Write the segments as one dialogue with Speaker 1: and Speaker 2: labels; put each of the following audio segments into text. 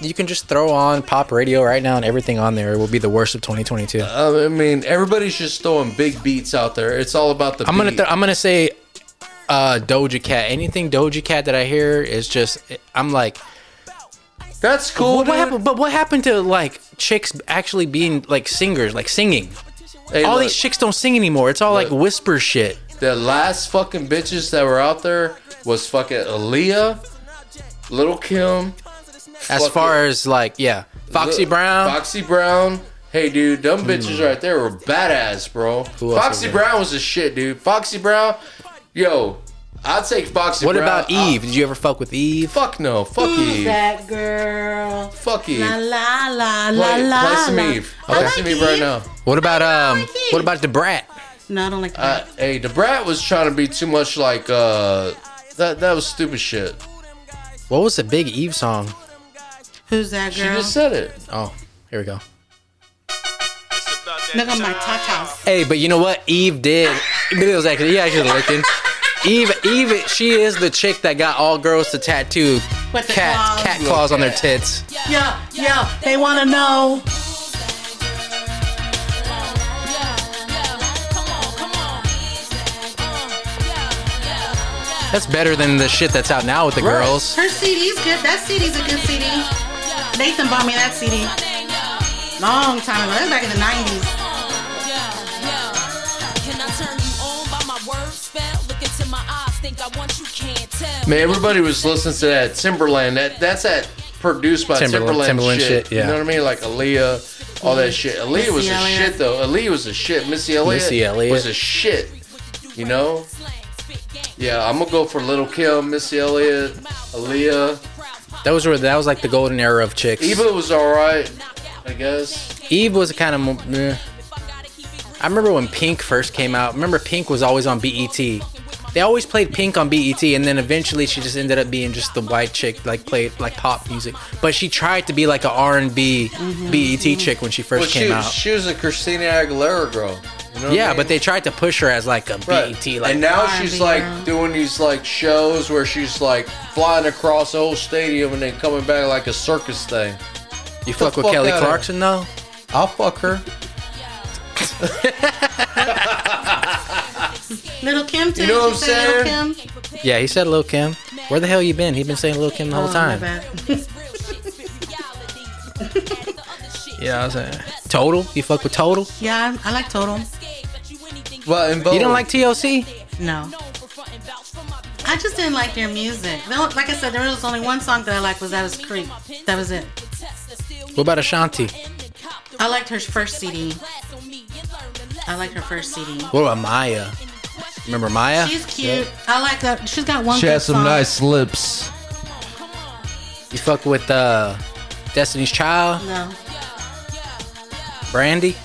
Speaker 1: you can just throw on pop radio right now and everything on there will be the worst of 2022.
Speaker 2: Uh, I mean, everybody's just throwing big beats out there. It's all about the.
Speaker 1: I'm gonna
Speaker 2: beat.
Speaker 1: th- I'm gonna say uh, Doja Cat. Anything Doja Cat that I hear is just I'm like,
Speaker 2: That's cool.
Speaker 1: what,
Speaker 2: dude.
Speaker 1: what happened? But what happened to like chicks actually being like singers, like singing?
Speaker 2: Hey,
Speaker 1: all
Speaker 2: look,
Speaker 1: these chicks don't sing anymore. It's all like whisper shit.
Speaker 2: the last fucking bitches that were out there was fucking Aaliyah, Little Kim,
Speaker 1: As
Speaker 2: Fuck
Speaker 1: far as like yeah, Foxy
Speaker 2: Lil-
Speaker 1: Brown. Hmm.
Speaker 2: Foxy Brown. Hey, dude, them bitches right there were badass, bro.
Speaker 1: Who else
Speaker 2: Foxy
Speaker 1: was there?
Speaker 2: Brown was a shit, dude. Foxy Brown, yo, I'd take Foxy
Speaker 1: what
Speaker 2: Brown.
Speaker 1: about
Speaker 2: I-
Speaker 1: Eve? Did you ever uh, fuck with Eve?
Speaker 2: fuck no. Fuck
Speaker 3: Who's
Speaker 2: Eve.
Speaker 3: that girl?
Speaker 2: Fuck Eve.
Speaker 3: La
Speaker 2: Play,
Speaker 3: la la la la.
Speaker 2: play some
Speaker 3: la.
Speaker 2: Eve.
Speaker 3: I
Speaker 2: Play
Speaker 3: like
Speaker 2: some Eve right now.
Speaker 1: What about um?
Speaker 3: like Eve.
Speaker 1: What about the brat?
Speaker 3: No, I don't like that.
Speaker 2: Uh, hey, the brat was trying to be too much like, uh, that, that was stupid shit.
Speaker 1: What was the big Eve song?
Speaker 3: Who's that
Speaker 2: She
Speaker 3: girl?
Speaker 2: just said it.
Speaker 1: Oh, here we go.
Speaker 3: Look at my tatas.
Speaker 1: Hey, but you know what? Eve did. It was actually he actually licking. Eve, Eve, she is the chick that got all girls to tattoo
Speaker 3: With the
Speaker 1: cat
Speaker 3: claws.
Speaker 1: cat claws on their tits.
Speaker 3: Yeah, yeah. They wanna know.
Speaker 1: That's better than the shit that's out now with the
Speaker 2: Right.
Speaker 1: girls.
Speaker 3: Her CD's good. That CD's a good CD. Nathan bought me that CD. Long time ago. That's back in the 90s.
Speaker 2: Man, everybody was listening to that Timberland. That that's that produced by Timberland,
Speaker 1: Timberland- Timberland
Speaker 2: shit.
Speaker 1: shit, yeah.
Speaker 2: You know what I mean? Like Aaliyah, all that shit. Aaliyah was a
Speaker 3: Elliott.
Speaker 2: shit though. Aaliyah was a shit. Missy Elliott,
Speaker 1: Missy Elliott.
Speaker 2: was a shit. You know? Yeah, I'm gonna go for Little Kim, Missy Elliott, Aaliyah.
Speaker 1: Those were that was like the golden era of chicks.
Speaker 2: Eva was all right, I guess.
Speaker 1: Eve was kind of. mo- meh. I remember when Pink first came out. Remember Pink was always on BET. They always played Pink on BET, and then eventually she just ended up being just the white chick, like played like pop music. But she tried to be like a R and B
Speaker 3: Mm-hmm.
Speaker 1: BET chick when she first
Speaker 2: Well, she
Speaker 1: came out.
Speaker 2: was, she was a Christina Aguilera girl. You know what I
Speaker 1: Yeah,
Speaker 2: mean?
Speaker 1: but they tried to push her as like a
Speaker 2: Right.
Speaker 1: BET, E like
Speaker 2: and now
Speaker 3: R&B
Speaker 2: she's like
Speaker 3: now.
Speaker 2: doing these like shows where she's like flying across the whole stadium and then coming back like a circus thing.
Speaker 1: you fuck
Speaker 2: the
Speaker 1: with
Speaker 2: fuck
Speaker 1: Kelly
Speaker 2: outta
Speaker 1: Clarkson though.
Speaker 2: I'll fuck her.
Speaker 3: Little Kim, too.
Speaker 2: You know what
Speaker 3: She
Speaker 2: I'm
Speaker 3: said Lil'
Speaker 2: saying?
Speaker 3: Kim.
Speaker 1: Yeah, he said Lil Kim. Where the hell you been? He been saying Lil Kim the
Speaker 3: Oh,
Speaker 1: whole
Speaker 3: my
Speaker 1: time.
Speaker 3: bad.
Speaker 1: Yeah, I was saying Total. You fuck with Total.
Speaker 3: yeah, I I like Total.
Speaker 2: Well, in Vogue.
Speaker 1: You don't like TLC?
Speaker 3: No. I just didn't like their music. They don't- Like I said, there was only one song that I liked was That Is Creek. That was it.
Speaker 1: What about Ashanti?
Speaker 3: I liked her first CD. I liked her first CD.
Speaker 1: What about Maya? Remember Maya?
Speaker 3: She's cute. I like that. She's got one.
Speaker 2: She
Speaker 3: good
Speaker 2: has some
Speaker 3: song.
Speaker 2: nice lips.
Speaker 1: You fuck with uh, Destiny's Child,
Speaker 3: No.
Speaker 1: Brandy,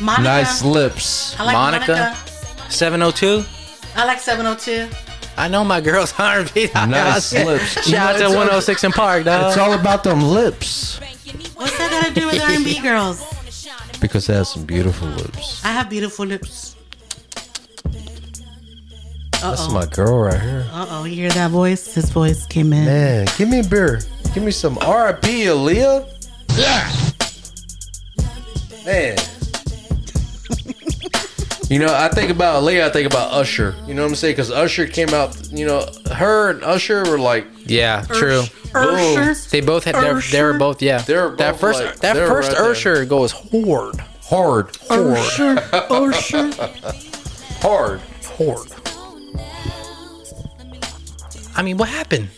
Speaker 3: Monica.
Speaker 2: Nice lips.
Speaker 3: I like Monica.
Speaker 1: Monica. 702.
Speaker 3: I like 702.
Speaker 1: I know my girls R&B.
Speaker 2: Nice lips.
Speaker 1: Shout out to 106 in Park, dog.
Speaker 2: It's all about them lips
Speaker 3: What's that got to do with R&B girls?
Speaker 2: because they have some beautiful lips.
Speaker 3: I have beautiful lips.
Speaker 2: That's my girl right here.
Speaker 3: Uh oh, you hear that voice? His voice came in.
Speaker 2: Man, give me a beer. Give me some R.I.P. Aaliyah. Yeah. Man. you know, I think about Aaliyah. I think about Usher. You know what I'm saying? Because Usher came out. You know, her and Usher were like
Speaker 1: yeah, true.
Speaker 3: Urshers.
Speaker 1: They both had. They're, they were
Speaker 3: Ursher.
Speaker 1: both. Yeah.
Speaker 2: They were
Speaker 1: that
Speaker 2: both
Speaker 1: first.
Speaker 2: like-
Speaker 1: that
Speaker 2: they were
Speaker 1: first
Speaker 2: right there.
Speaker 1: Ursher goes hard.
Speaker 2: hard,
Speaker 3: Ursher. Ursher.
Speaker 2: hard.
Speaker 1: Hard. I mean, what happened?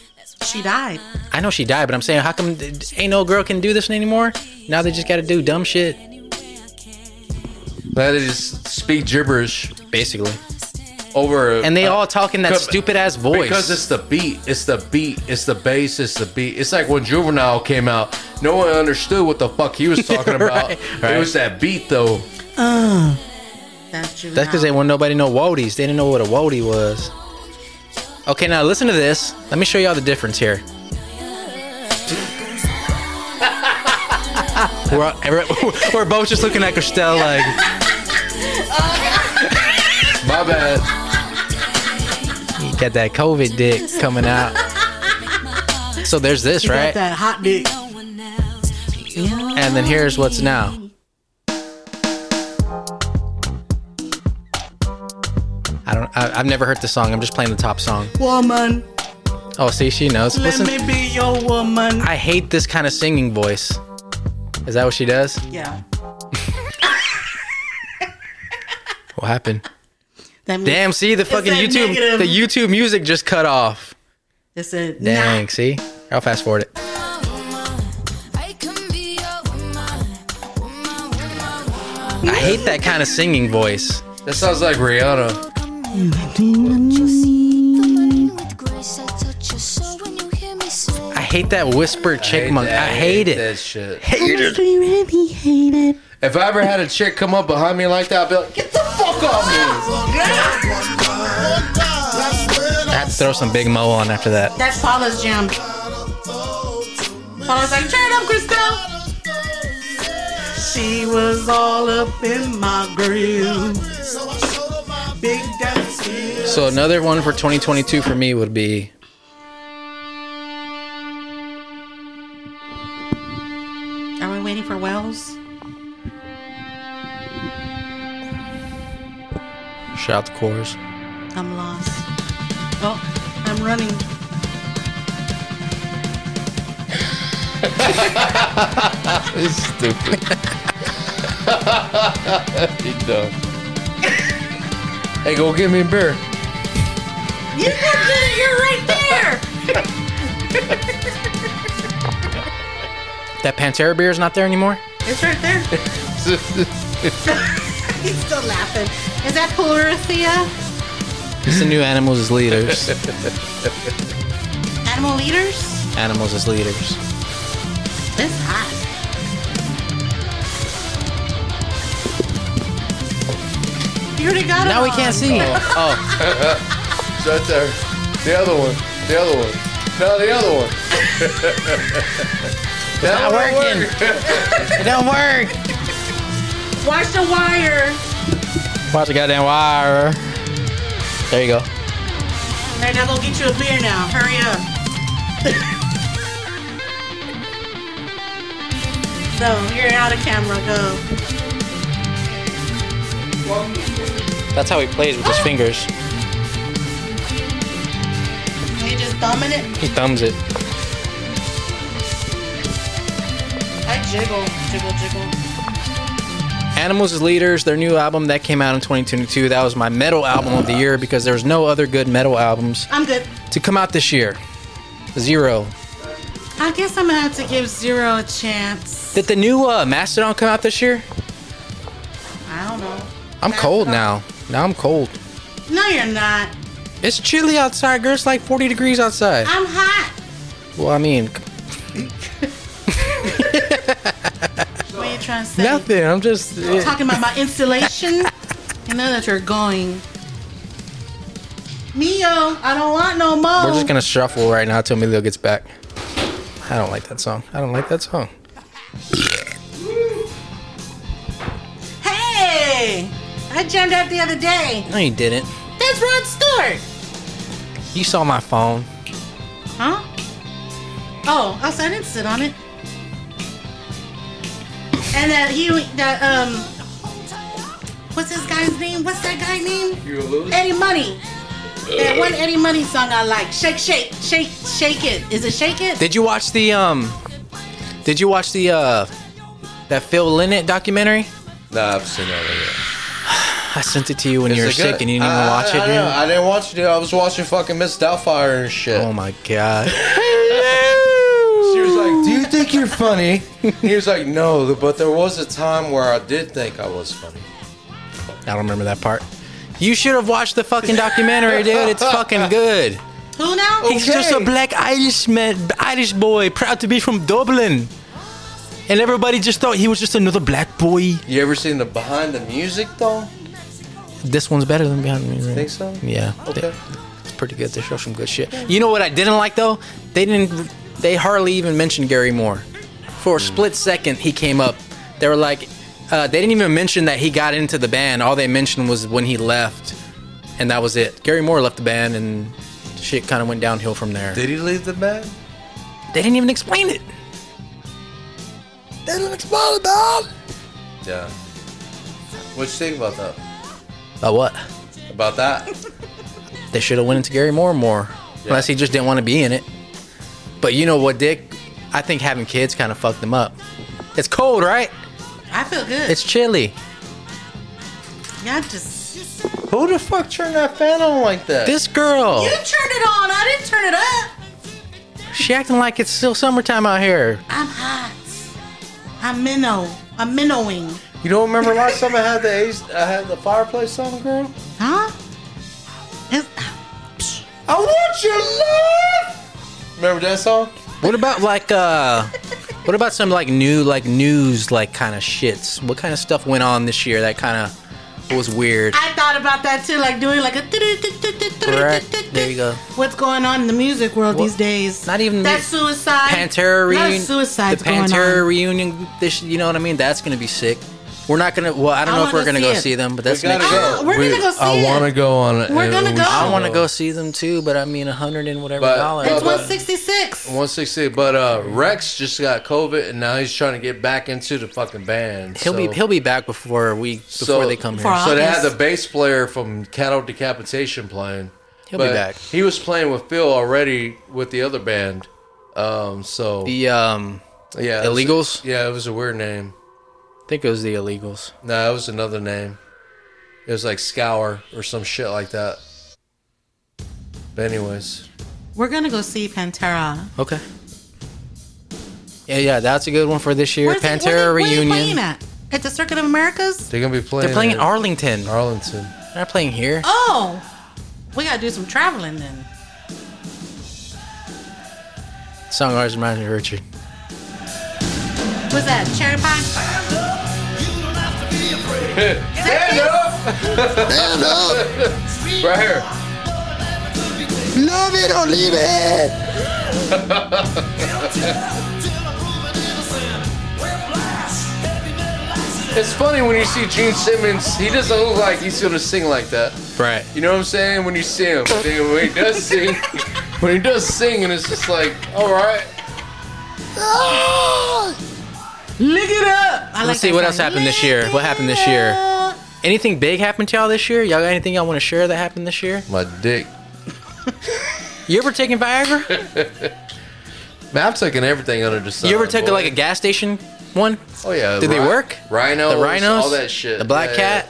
Speaker 3: She died.
Speaker 1: I know she died, but I'm saying, how come th- ain't no girl can do this anymore? Now they just got to do dumb shit,
Speaker 2: That is speak gibberish
Speaker 1: basically.
Speaker 2: over.
Speaker 1: And they all talk in that
Speaker 2: Because-
Speaker 1: stupid ass voice.
Speaker 2: Uh, Because it's the beat, it's the beat, it's the bass, it's the beat. It's like when Juvenile came out, no one understood what the fuck he was talking about.
Speaker 1: Right, right.
Speaker 2: It was that beat though.
Speaker 3: That's true.
Speaker 1: That's because they want nobody to know Wodies. They didn't know what a Wodie was. Okay, now listen to this. Let me show y'all the difference here. we're, all- every- we're both just looking at Costello like,
Speaker 2: My bad.
Speaker 1: you got that COVID dick coming out. So there's this,
Speaker 3: She got
Speaker 1: right?
Speaker 3: that hot dick.
Speaker 1: And then here's what's now. I don't. I, I've never heard the song. I'm just playing the top song.
Speaker 3: Woman,
Speaker 1: Oh, see, she knows.
Speaker 3: let
Speaker 1: Listen,
Speaker 3: me be your woman.
Speaker 1: I hate this kind of singing voice. Is that what she does?
Speaker 3: yeah.
Speaker 1: What happened?
Speaker 3: That means
Speaker 1: Damn. See, the fucking
Speaker 3: that
Speaker 1: YouTube.
Speaker 3: negative.
Speaker 1: The YouTube music just cut off.
Speaker 3: It's a
Speaker 1: Dang.
Speaker 3: nah.
Speaker 1: See, I'll fast forward it. I hate that kind of singing voice.
Speaker 2: That sounds like Rihanna.
Speaker 1: I hate that whisper chick monk. I
Speaker 2: that.
Speaker 1: hate it.
Speaker 2: That shit. If I ever had a chick come up behind me like that, I'd be like, get the fuck off me.
Speaker 1: I have to throw some big mo on after that.
Speaker 3: That's Paula's jam. Paula's like, turn it up, Crystal. She was all up in my grill. Big dance.
Speaker 1: So another one for 2022 for me would be.
Speaker 3: Are we waiting for Wells?
Speaker 1: Shout out to chorus.
Speaker 3: I'm lost. Oh, I'm running.
Speaker 2: It's stupid. you dumb. hey, go get me a beer.
Speaker 3: You did it. You're right there.
Speaker 1: That Pantera beer is not there anymore.
Speaker 3: It's right there. He's still laughing. Is that Pleurothea?
Speaker 1: It's the new Animals as Leaders.
Speaker 3: Animal leaders?
Speaker 1: Animals as Leaders.
Speaker 3: It's hot. You already got it.
Speaker 1: Now we
Speaker 3: on.
Speaker 1: can't see. Oh,
Speaker 2: It's right there. The other one. The other one. No, the other one. it's
Speaker 1: not working. it don't work.
Speaker 3: Watch the wire.
Speaker 1: Watch the goddamn wire. There you go.
Speaker 3: They're not gonna get you a beer now. Hurry up. so you're out of camera. Go.
Speaker 1: That's how he plays with his fingers.
Speaker 3: You just thumbing it.
Speaker 1: He thumbs it.
Speaker 3: I jiggle, jiggle, jiggle.
Speaker 1: Animals as Leaders, their new album that came out in 2022. That was my metal album of the year because there was no other good metal albums
Speaker 3: I'm good.
Speaker 1: to come out this year. Zero.
Speaker 3: I guess I'm gonna have to give zero a chance.
Speaker 1: Did the new uh, Mastodon come out this year?
Speaker 3: I don't know.
Speaker 1: I'm cold now. Now I'm cold.
Speaker 3: No, you're not.
Speaker 1: It's chilly outside, girl. It's like 40 degrees outside.
Speaker 3: I'm hot.
Speaker 1: Well, I mean,
Speaker 3: What are you trying to say?
Speaker 1: nothing. I'm just.
Speaker 3: Talking about my installation. I know that you're going. Mio, I don't want no more.
Speaker 1: We're just gonna shuffle right now till Emilio gets back. I don't like that song. I don't like that song.
Speaker 3: Hey! I jammed out the other day.
Speaker 1: No, you didn't.
Speaker 3: That's Rod Stewart.
Speaker 1: You saw my phone.
Speaker 3: Huh? Oh, I said I didn't sit on it. And that he, that, um, what's this guy's name? What's that guy name? Eddie Money. That one Eddie Money song I like. Shake, shake, shake, shake it. Is it shake it?
Speaker 1: Did you watch the um? Did you watch the uh? That Phil Lynott documentary?
Speaker 2: Nah, I've seen that already.
Speaker 1: I sent it to you when you were
Speaker 2: Is it good?
Speaker 1: sick and you didn't even
Speaker 2: I-
Speaker 1: watch
Speaker 2: I,
Speaker 1: it,
Speaker 2: I,
Speaker 1: dude.
Speaker 2: know. I didn't watch it, dude. I was watching fucking Miss Doubtfire and shit.
Speaker 1: Oh my god.
Speaker 2: She was like, "Do you think you're funny?" he was like, "No, but there was a time where I did think I was funny."
Speaker 1: I don't remember that part. You should have watched the fucking documentary, dude. It's fucking good.
Speaker 3: Who now?
Speaker 1: He's just a
Speaker 2: Okay.
Speaker 1: black Irish man, Irish boy, proud to be from Dublin. And everybody just thought he was just another black boy.
Speaker 2: You ever seen the behind the music though?
Speaker 1: This one's better than Behind Me.
Speaker 2: Think so?
Speaker 1: Yeah.
Speaker 2: Okay.
Speaker 1: It's pretty good. They show some good shit. You know what I didn't like though? They didn't. They hardly even mentioned Gary Moore. For a
Speaker 2: Hmm.
Speaker 1: split second, he came up. They were like, uh, they didn't even mention that he got into the band. All they mentioned was when he left, and that was it. Gary Moore left the band, and shit kind of went downhill from there.
Speaker 2: Did he leave the band?
Speaker 1: They didn't even explain it.
Speaker 2: That's what it's all about. Yeah. What you think about that?
Speaker 1: About what?
Speaker 2: About that?
Speaker 1: They should have went into Gary Moore more, unless he just didn't want to be in it. But you know what, Dick? I think having kids kind of fucked him up. It's cold, right?
Speaker 3: I feel good.
Speaker 1: It's chilly.
Speaker 3: Y'all just.
Speaker 2: Who the fuck turned that fan on like that?
Speaker 1: This girl,
Speaker 3: You turned it on. I didn't turn it up.
Speaker 1: she acting like it's still summertime out here.
Speaker 3: I'm hot. I'm minnow. I'm minnowing.
Speaker 2: you don't remember last time I had the ace, I had the fireplace on, girl?
Speaker 3: Huh? It's,
Speaker 2: I want your love. Remember that song?
Speaker 1: What about like uh what about some like new like news like kind of shits? What kind of stuff went on this year that kind of was weird?
Speaker 3: I thought about that too, like doing like a.
Speaker 1: Right, there you go.
Speaker 3: What's going on in the music world these days?
Speaker 1: not even
Speaker 3: that
Speaker 1: mu-
Speaker 3: suicide.
Speaker 1: Pantera
Speaker 3: Lot of
Speaker 1: reunion.
Speaker 3: suicides
Speaker 1: the
Speaker 3: going on.
Speaker 1: Pantera reunion this you know what I mean? That's going to be sick. We're not going to well, I don't
Speaker 3: I
Speaker 1: know if we're
Speaker 3: wanna
Speaker 1: going to
Speaker 3: see
Speaker 1: go
Speaker 3: it.
Speaker 1: see them, but that's
Speaker 2: We gotta
Speaker 1: next
Speaker 3: go.
Speaker 1: year.
Speaker 3: Oh, we're gonna go see
Speaker 2: I
Speaker 3: it.
Speaker 2: want to go on it.
Speaker 3: We're gonna go.
Speaker 1: I
Speaker 3: Oh.
Speaker 1: want to go see them too, but I mean 100 and whatever
Speaker 2: But-
Speaker 1: dollars.
Speaker 3: It's
Speaker 2: It's
Speaker 1: but-
Speaker 2: what-
Speaker 3: 166.
Speaker 2: 168, but uh, Rex just got COVID and now he's trying to get back into the fucking band.
Speaker 1: He'll be
Speaker 2: so-
Speaker 1: he'll be back before we before
Speaker 2: so-
Speaker 1: they come here.
Speaker 3: For all-
Speaker 2: So they had
Speaker 3: August.
Speaker 2: the bass player from Cattle Decapitation playing.
Speaker 1: He'll
Speaker 2: but
Speaker 1: be back.
Speaker 2: He was playing with Phil already with the other band. Um, so
Speaker 1: The um
Speaker 2: yeah, it was-
Speaker 1: Illegals?
Speaker 2: yeah, it was a weird name.
Speaker 1: I think it was the illegals.
Speaker 2: No, it was another name. It was like Scour or some shit like that. But anyways,
Speaker 3: We're gonna go see Pantera.
Speaker 1: Okay. Yeah, yeah, that's a good one for this year.
Speaker 3: Where's it-
Speaker 1: Pantera
Speaker 3: where they-
Speaker 1: reunion.
Speaker 3: Where they playing at? At the Circuit of Americas?
Speaker 2: they're gonna be playing.
Speaker 1: They're playing in
Speaker 2: at
Speaker 1: Arlington. They're
Speaker 2: Arlington.
Speaker 1: not playing here.
Speaker 3: Oh, we gotta do some traveling then. Oh.
Speaker 1: Song always reminds me of Richard.
Speaker 3: What's that? Cherry pie?
Speaker 2: Stand up! Stand up! right here.
Speaker 4: Love it or leave it.
Speaker 2: It's funny when you see Gene Simmons, he doesn't look like he's gonna sing like that.
Speaker 1: Right.
Speaker 2: You know what I'm saying? When you see him, then when he does sing, when he does sing, and it's just like, all right.
Speaker 3: Lick it up. I
Speaker 1: Let's
Speaker 3: that
Speaker 1: see what
Speaker 3: song.
Speaker 1: else happened this year.
Speaker 3: Lick
Speaker 1: What happened this
Speaker 3: it
Speaker 1: year?
Speaker 3: up.
Speaker 1: Anything big happened to y'all this year? Y'all got anything y'all want to share that happened this year?
Speaker 2: My dick.
Speaker 1: You ever taken Viagra?
Speaker 2: Man, I'm taking everything under the sun.
Speaker 1: You ever took
Speaker 2: boy.
Speaker 1: like a gas station one?
Speaker 2: Oh yeah.
Speaker 1: Did they work?
Speaker 2: Rhinos.
Speaker 1: the rhinos,
Speaker 2: All that shit.
Speaker 1: the black
Speaker 2: Yeah, yeah.
Speaker 1: cat.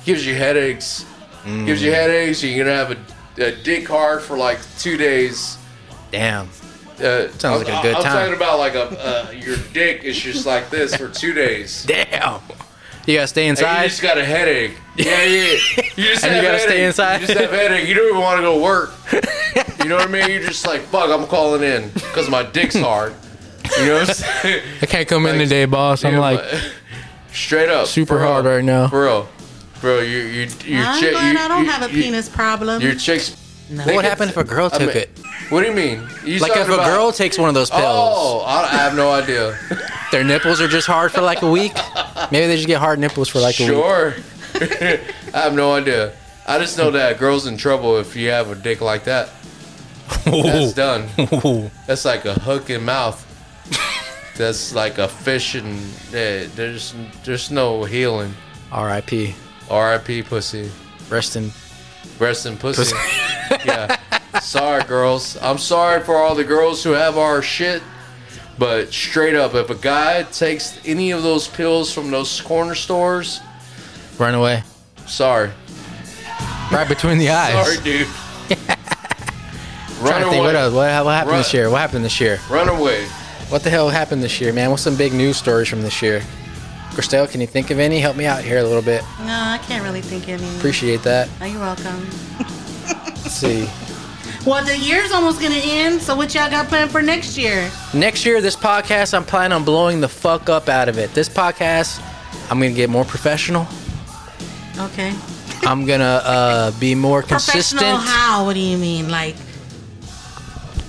Speaker 1: Mm.
Speaker 2: Gives you headaches. Gives you headaches. You're gonna have a, a dick hard for like two days.
Speaker 1: Damn.
Speaker 2: Uh,
Speaker 1: Sounds like a good
Speaker 2: I'm
Speaker 1: time.
Speaker 2: talking about like a uh, your dick is just like this for two days.
Speaker 1: Damn. You gotta stay
Speaker 2: And you
Speaker 1: inside.
Speaker 2: just got a headache. Yeah, yeah. You just
Speaker 1: And you
Speaker 2: have
Speaker 1: gotta
Speaker 2: headache.
Speaker 1: stay inside.
Speaker 2: You just have headache. You don't even want to go to work. You know what I mean? You're just like, fuck, I'm calling in because my dick's hard. You know what I'm saying?
Speaker 1: I can't come in
Speaker 2: Like,
Speaker 1: today, boss. I'm
Speaker 2: Yeah,
Speaker 1: like
Speaker 2: but- straight up,
Speaker 1: super
Speaker 2: bro.
Speaker 1: hard right now.
Speaker 2: bro. Bro, you you you.
Speaker 3: I'm
Speaker 2: chick-
Speaker 3: glad
Speaker 2: you-
Speaker 3: I don't
Speaker 2: you-
Speaker 3: have a
Speaker 2: you-
Speaker 3: penis problem.
Speaker 2: Your chicks.
Speaker 1: What would happen if a girl
Speaker 2: I
Speaker 1: took
Speaker 2: mean-
Speaker 1: it?
Speaker 2: What do you mean? You
Speaker 1: Like
Speaker 2: talking
Speaker 1: if a
Speaker 2: about-
Speaker 1: girl takes one of those pills.
Speaker 2: Oh, I, I have no idea.
Speaker 1: Their nipples are just hard for like a week. Maybe they just get hard nipples for like a week.
Speaker 2: sure. I have no idea. I just know that a girl's in trouble if you have a dick like that. That's done. That's like a hook in mouth. That's like a fish and yeah, there's there's no healing.
Speaker 1: R.I.P.
Speaker 2: R.I.P. Pussy.
Speaker 1: Rest in.
Speaker 2: Breast and pussy. yeah. Sorry, girls. I'm sorry for all the girls who have our shit. But straight up, if a guy takes any of those pills from those corner stores,
Speaker 1: Run away.
Speaker 2: sorry.
Speaker 1: Right between the eyes.
Speaker 2: Sorry, dude.
Speaker 1: Trying
Speaker 2: run
Speaker 1: to think, what,
Speaker 2: away.
Speaker 1: else? what, what happened
Speaker 2: Run.
Speaker 1: this year? What happened this year?
Speaker 2: Run away.
Speaker 1: What the hell happened this year, man? What's some big news stories from this year? Christelle, can you think of any? Help me out here a little bit.
Speaker 3: no, I can't really think of any.
Speaker 1: Appreciate that.
Speaker 3: Oh, you're welcome.
Speaker 1: Let's see.
Speaker 3: Well, the year's almost gonna end, so what y'all got planned for next year?
Speaker 1: Next year, this podcast, I'm planning on blowing the fuck up out of it. This podcast, I'm gonna get more professional.
Speaker 3: Okay.
Speaker 1: I'm gonna uh, be more consistent.
Speaker 3: Professional? How? What do you mean? Like,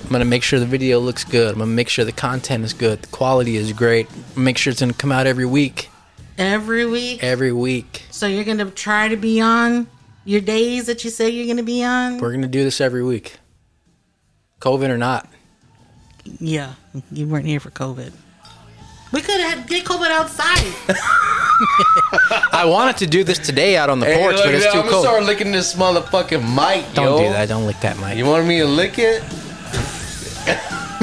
Speaker 1: I'm gonna make sure the video looks good. I'm gonna make sure the content is good. The quality is great. Make sure it's gonna come out every week.
Speaker 3: every week?
Speaker 1: Every week.
Speaker 3: So you're gonna try to be on your days that you say you're gonna be on?
Speaker 1: We're gonna do this every week. COVID or not.
Speaker 3: Yeah, you weren't here for COVID. We could have did COVID outside.
Speaker 1: I wanted to do this today out on the
Speaker 2: Hey,
Speaker 1: porch,
Speaker 2: look,
Speaker 1: but it's
Speaker 2: I'm
Speaker 1: too
Speaker 2: gonna
Speaker 1: cold.
Speaker 2: start licking this motherfucking mic,
Speaker 1: Don't
Speaker 2: yo.
Speaker 1: do that. Don't lick that mic.
Speaker 2: You want me to lick it?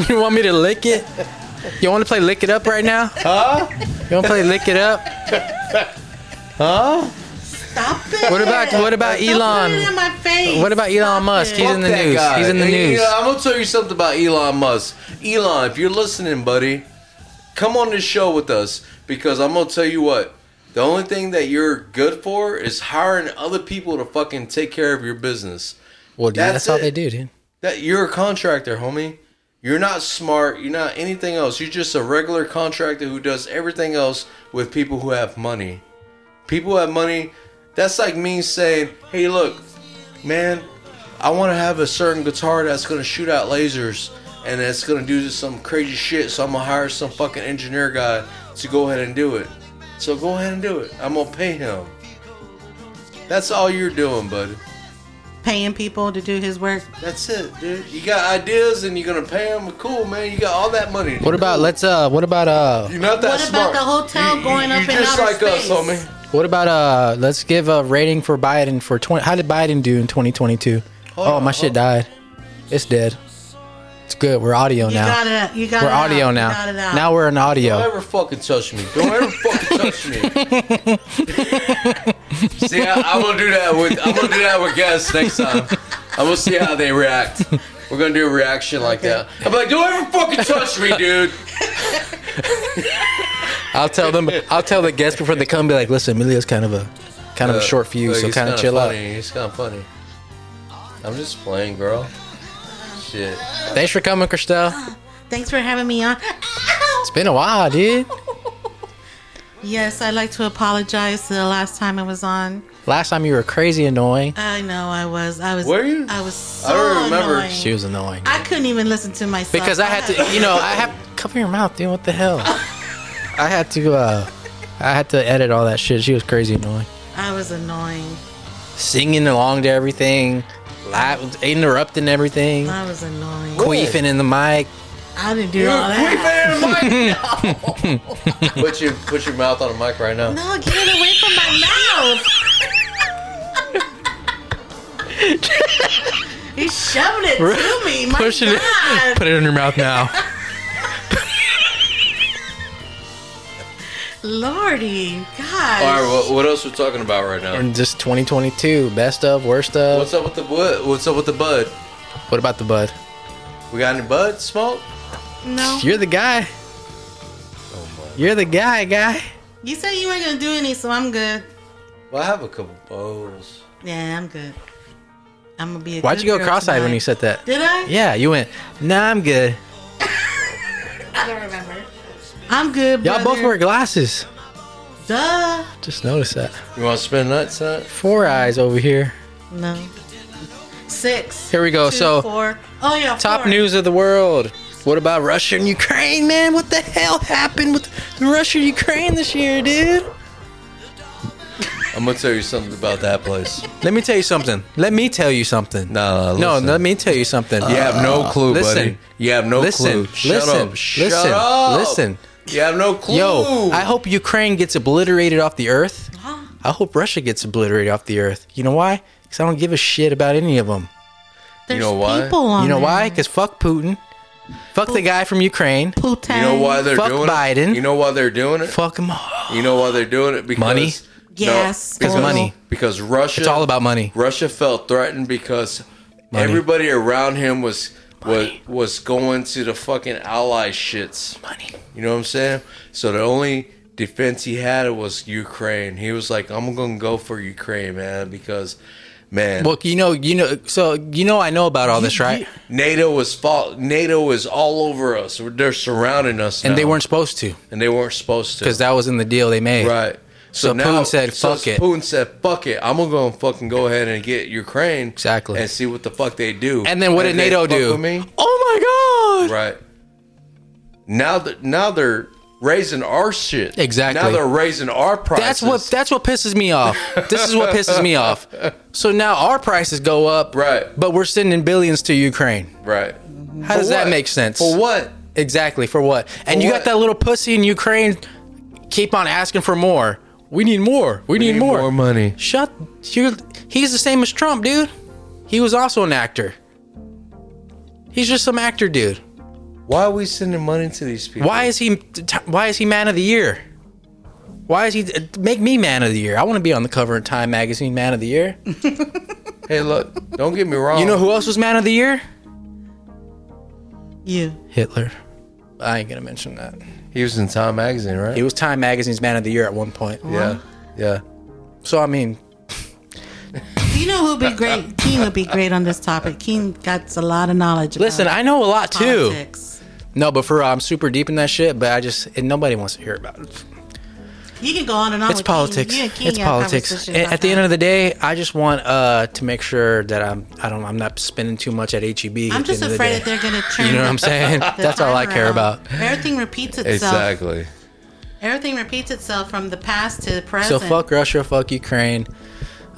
Speaker 1: You want me to lick it? You want to play lick it up right now? Huh? You want to play lick it up?
Speaker 3: Stop it.
Speaker 1: What about what about
Speaker 3: Don't Put it in
Speaker 1: Elon?
Speaker 3: my face.
Speaker 1: What about
Speaker 3: Stop
Speaker 1: Elon Musk?
Speaker 3: it.
Speaker 1: He's in the
Speaker 2: Fuck that
Speaker 1: news.
Speaker 2: guy.
Speaker 1: He's in the
Speaker 2: Hey, uh,
Speaker 1: news.
Speaker 2: Elon, I'm gonna tell you something about Elon Musk. Elon, if you're listening, buddy, come on this show with us because I'm gonna tell you what. The only thing that you're good for is hiring other people to fucking take care of your business.
Speaker 1: Well, dude, that's,
Speaker 2: That's
Speaker 1: all
Speaker 2: it.
Speaker 1: they do, dude.
Speaker 2: That you're a contractor, homie. You're not smart. You're not anything else. You're just a regular contractor who does everything else with people who have money. People who have money. That's like me saying, "Hey, look, man, I want to have a certain guitar that's gonna shoot out lasers and that's gonna do some crazy shit. So I'm gonna hire some fucking engineer guy to go ahead and do it. So go ahead and do it. I'm gonna pay him. That's all you're doing, buddy."
Speaker 3: paying people to do his work?
Speaker 2: That's it, dude. You got ideas and you're gonna pay them. Cool, man. You got all that money.
Speaker 1: What about let's uh? What about uh?
Speaker 2: You're not that
Speaker 3: What about
Speaker 2: smart.
Speaker 3: the hotel going up
Speaker 2: you're
Speaker 3: in
Speaker 2: just
Speaker 3: outer
Speaker 2: like us,
Speaker 3: space?
Speaker 2: homie.
Speaker 1: What about uh? Let's give a rating for Biden for twenty. How did Biden do in twenty twenty two?
Speaker 2: Hold
Speaker 1: Oh,
Speaker 2: on,
Speaker 1: my shit died.
Speaker 2: hold-
Speaker 1: It's dead. It's good. We're audio
Speaker 3: You
Speaker 1: now.
Speaker 3: got it. You got
Speaker 1: we're
Speaker 3: it. out.
Speaker 1: audio
Speaker 3: You
Speaker 1: now.
Speaker 3: got it out.
Speaker 1: Now we're in
Speaker 2: Don't
Speaker 1: audio.
Speaker 2: ever fucking touch me. Don't ever fucking touch me. see, I, I'm gonna do that with I'm gonna do that with guests next time. I'm gonna see how they react. We're gonna do a reaction like that. I'm like, don't ever fucking touch me, dude.
Speaker 1: I'll tell them. I'll tell the guests before they come. Be like, listen, Emilio's kind of a kind
Speaker 2: Uh,
Speaker 1: of a short fuse, so kind of chill
Speaker 2: funny.
Speaker 1: out.
Speaker 2: He's kind of funny. I'm just playing, girl. Shit.
Speaker 1: Thanks for coming, Christelle.
Speaker 3: Thanks for having me on.
Speaker 1: It's been a while, dude.
Speaker 3: Yes, I'd like to apologize to the last time I was on.
Speaker 1: Last time you were crazy annoying.
Speaker 3: I know I was. I was.
Speaker 2: Were you?
Speaker 3: I was so
Speaker 2: I don't remember.
Speaker 3: annoying.
Speaker 1: She was annoying.
Speaker 3: I couldn't even listen to myself
Speaker 1: because I had to, you know, I have cover your mouth, dude. What the hell? I had to, uh, I had to edit all that shit. She was crazy annoying,
Speaker 3: I was annoying.
Speaker 1: singing along to everything, laugh, interrupting everything,
Speaker 3: I was annoying.
Speaker 1: queefing in the mic.
Speaker 3: I didn't do all
Speaker 2: Quick,
Speaker 3: that.
Speaker 2: man, mic. put your put your mouth on the mic right now.
Speaker 3: No, get it away from my mouth. He's shoving it to me. My
Speaker 1: Pushing
Speaker 3: God.
Speaker 1: it, put it in your mouth now.
Speaker 3: Lordy,
Speaker 2: All
Speaker 3: gosh.
Speaker 2: right, what, what else we're talking about right now?
Speaker 1: And just 2022, best of, worst of.
Speaker 2: What's up with the bud? What's up with the bud?
Speaker 1: What about the bud?
Speaker 2: We got any bud smoke?
Speaker 3: no,
Speaker 1: You're the guy. You're the guy, guy.
Speaker 3: you said you weren't gonna do any, so I'm good.
Speaker 2: Well, I have a couple bowls.
Speaker 3: Yeah, I'm good. I'm gonna be. A
Speaker 1: Why'd
Speaker 3: good
Speaker 1: you go
Speaker 3: girl
Speaker 1: cross-eyed when
Speaker 3: tonight.
Speaker 1: you said that?
Speaker 3: Did I?
Speaker 1: Yeah, you went. Nah, I'm good.
Speaker 3: I don't remember. I'm good.
Speaker 1: Y'all both
Speaker 3: brother.
Speaker 1: wear glasses.
Speaker 3: Duh.
Speaker 1: Just noticed that.
Speaker 2: You want to spend nuts tonight?
Speaker 1: Four eyes over here.
Speaker 3: No. Six.
Speaker 1: Here we go.
Speaker 3: two,
Speaker 1: So-
Speaker 3: four. Oh yeah.
Speaker 1: Top
Speaker 3: four.
Speaker 1: news of the world. What about Russia and Ukraine, man? What the hell happened with Russia and Ukraine this year, dude?
Speaker 2: I'm gonna tell you something about that place.
Speaker 1: Let me tell you something. Let me tell you something.
Speaker 2: No,
Speaker 1: no,
Speaker 2: listen.
Speaker 1: let me tell you something. Uh,
Speaker 2: You have no clue,
Speaker 1: listen.
Speaker 2: buddy. You have no
Speaker 1: Listen,
Speaker 2: clue. Shut
Speaker 1: listen,
Speaker 2: up. Shut
Speaker 1: listen,
Speaker 2: up.
Speaker 1: listen.
Speaker 2: You have no clue.
Speaker 1: Yo, I hope Ukraine gets obliterated off the earth.
Speaker 3: Huh?
Speaker 1: I hope Russia gets obliterated off the earth. You know why? Because I don't give a shit about any of them.
Speaker 3: There's
Speaker 2: know why?
Speaker 3: people on
Speaker 1: You know
Speaker 3: there.
Speaker 1: why? Because fuck Putin. Fuck the guy from Ukraine.
Speaker 3: Putin.
Speaker 2: You know why they're
Speaker 1: Fuck
Speaker 2: doing
Speaker 1: Biden.
Speaker 2: it? You know why they're doing it?
Speaker 1: Fuck them all.
Speaker 2: You know why they're doing it? Because
Speaker 1: Money?
Speaker 3: Yes,
Speaker 2: because
Speaker 1: oil. money.
Speaker 2: Because Russia.
Speaker 1: It's all about money.
Speaker 2: Russia felt threatened because
Speaker 1: Money.
Speaker 2: everybody around him was was was going to the fucking ally shits.
Speaker 1: Money.
Speaker 2: You know what I'm saying? So the only defense he had was Ukraine. He was like, "I'm gonna go for Ukraine, man," because man,
Speaker 1: Well, you know, you know, so you know, I know about all this, right?
Speaker 2: NATO was fault. NATO is all over us. They're surrounding us,
Speaker 1: And they
Speaker 2: now.
Speaker 1: weren't supposed to
Speaker 2: and they weren't supposed to
Speaker 1: because that was in the deal they made.
Speaker 2: Right.
Speaker 1: So Putin said, "Fuck it."
Speaker 2: Putin said, "Fuck it. I'm gonna go and fucking go ahead and get Ukraine
Speaker 1: Exactly.
Speaker 2: and see what the fuck they do."
Speaker 1: And then what
Speaker 2: And
Speaker 1: did
Speaker 2: if they
Speaker 1: NATO
Speaker 2: fuck
Speaker 1: do?
Speaker 2: with me-
Speaker 1: Oh my God!
Speaker 2: Right. Now that now they're raising our shit.
Speaker 1: Exactly.
Speaker 2: Now they're raising our prices.
Speaker 1: That's what that's what pisses me off. this is what pisses me off. So now our prices go up,
Speaker 2: Right.
Speaker 1: But we're sending billions to Ukraine.
Speaker 2: right.
Speaker 1: How does that make sense?
Speaker 2: For what?
Speaker 1: Exactly for what? And
Speaker 2: For
Speaker 1: you
Speaker 2: what?
Speaker 1: got that little pussy in Ukraine, keep on asking for more. We need more. We, need, more.
Speaker 2: money.
Speaker 1: Shut. You. He's the same as Trump, dude. He was also an actor. He's just some actor, dude.
Speaker 2: Why are we sending money to these people?
Speaker 1: Why is he? Why is he man of the year? Why is he? Make me man of the year. I want to be on the cover of Time magazine, man of the year.
Speaker 2: Hey, look, don't get me wrong.
Speaker 1: You know who else was man of the year?
Speaker 3: You.
Speaker 1: Hitler. I ain't gonna mention that.
Speaker 2: he was in Time Magazine, right?
Speaker 1: He was Time magazine's man of the year at one point.
Speaker 2: yeah, yeah.
Speaker 1: So I mean,
Speaker 3: You know who'd be great? Keen would be great on this topic. Keen got a lot of knowledge. about
Speaker 1: listen, I know a lot too.
Speaker 3: politics.
Speaker 1: No, but for real, I'm super deep in that shit. But I just and nobody wants to hear about it.
Speaker 3: You can go on and on.
Speaker 1: It's politics. It's politics. And at the end of the day, I just want uh to make sure that I'm I don't I'm not spending too much at HEB. at
Speaker 3: I'm
Speaker 1: the
Speaker 3: just
Speaker 1: end of the
Speaker 3: afraid
Speaker 1: day.
Speaker 3: that they're gonna turn.
Speaker 1: You know what I'm
Speaker 3: the-
Speaker 1: saying?
Speaker 3: the
Speaker 1: That's all I
Speaker 3: timer
Speaker 1: care
Speaker 3: out.
Speaker 1: about.
Speaker 3: Everything repeats itself.
Speaker 2: Exactly.
Speaker 3: Everything repeats itself from the past to the
Speaker 1: So
Speaker 3: present.
Speaker 1: fuck Russia, fuck Ukraine.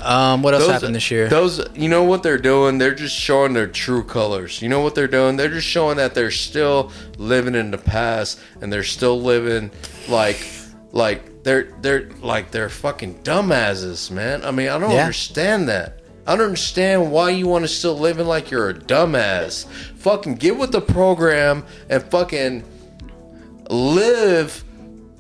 Speaker 1: Um, what else happened this year?
Speaker 2: Those, you know what they're doing? They're just showing their true colors. You know what they're doing? They're just showing that they're still living in the past and they're still living like, like they're they're like they're fucking dumbasses, man. I mean, I don't
Speaker 1: Yeah.
Speaker 2: understand that. I don't understand why you want to still live in like you're a dumbass. Fucking get with the program and fucking live.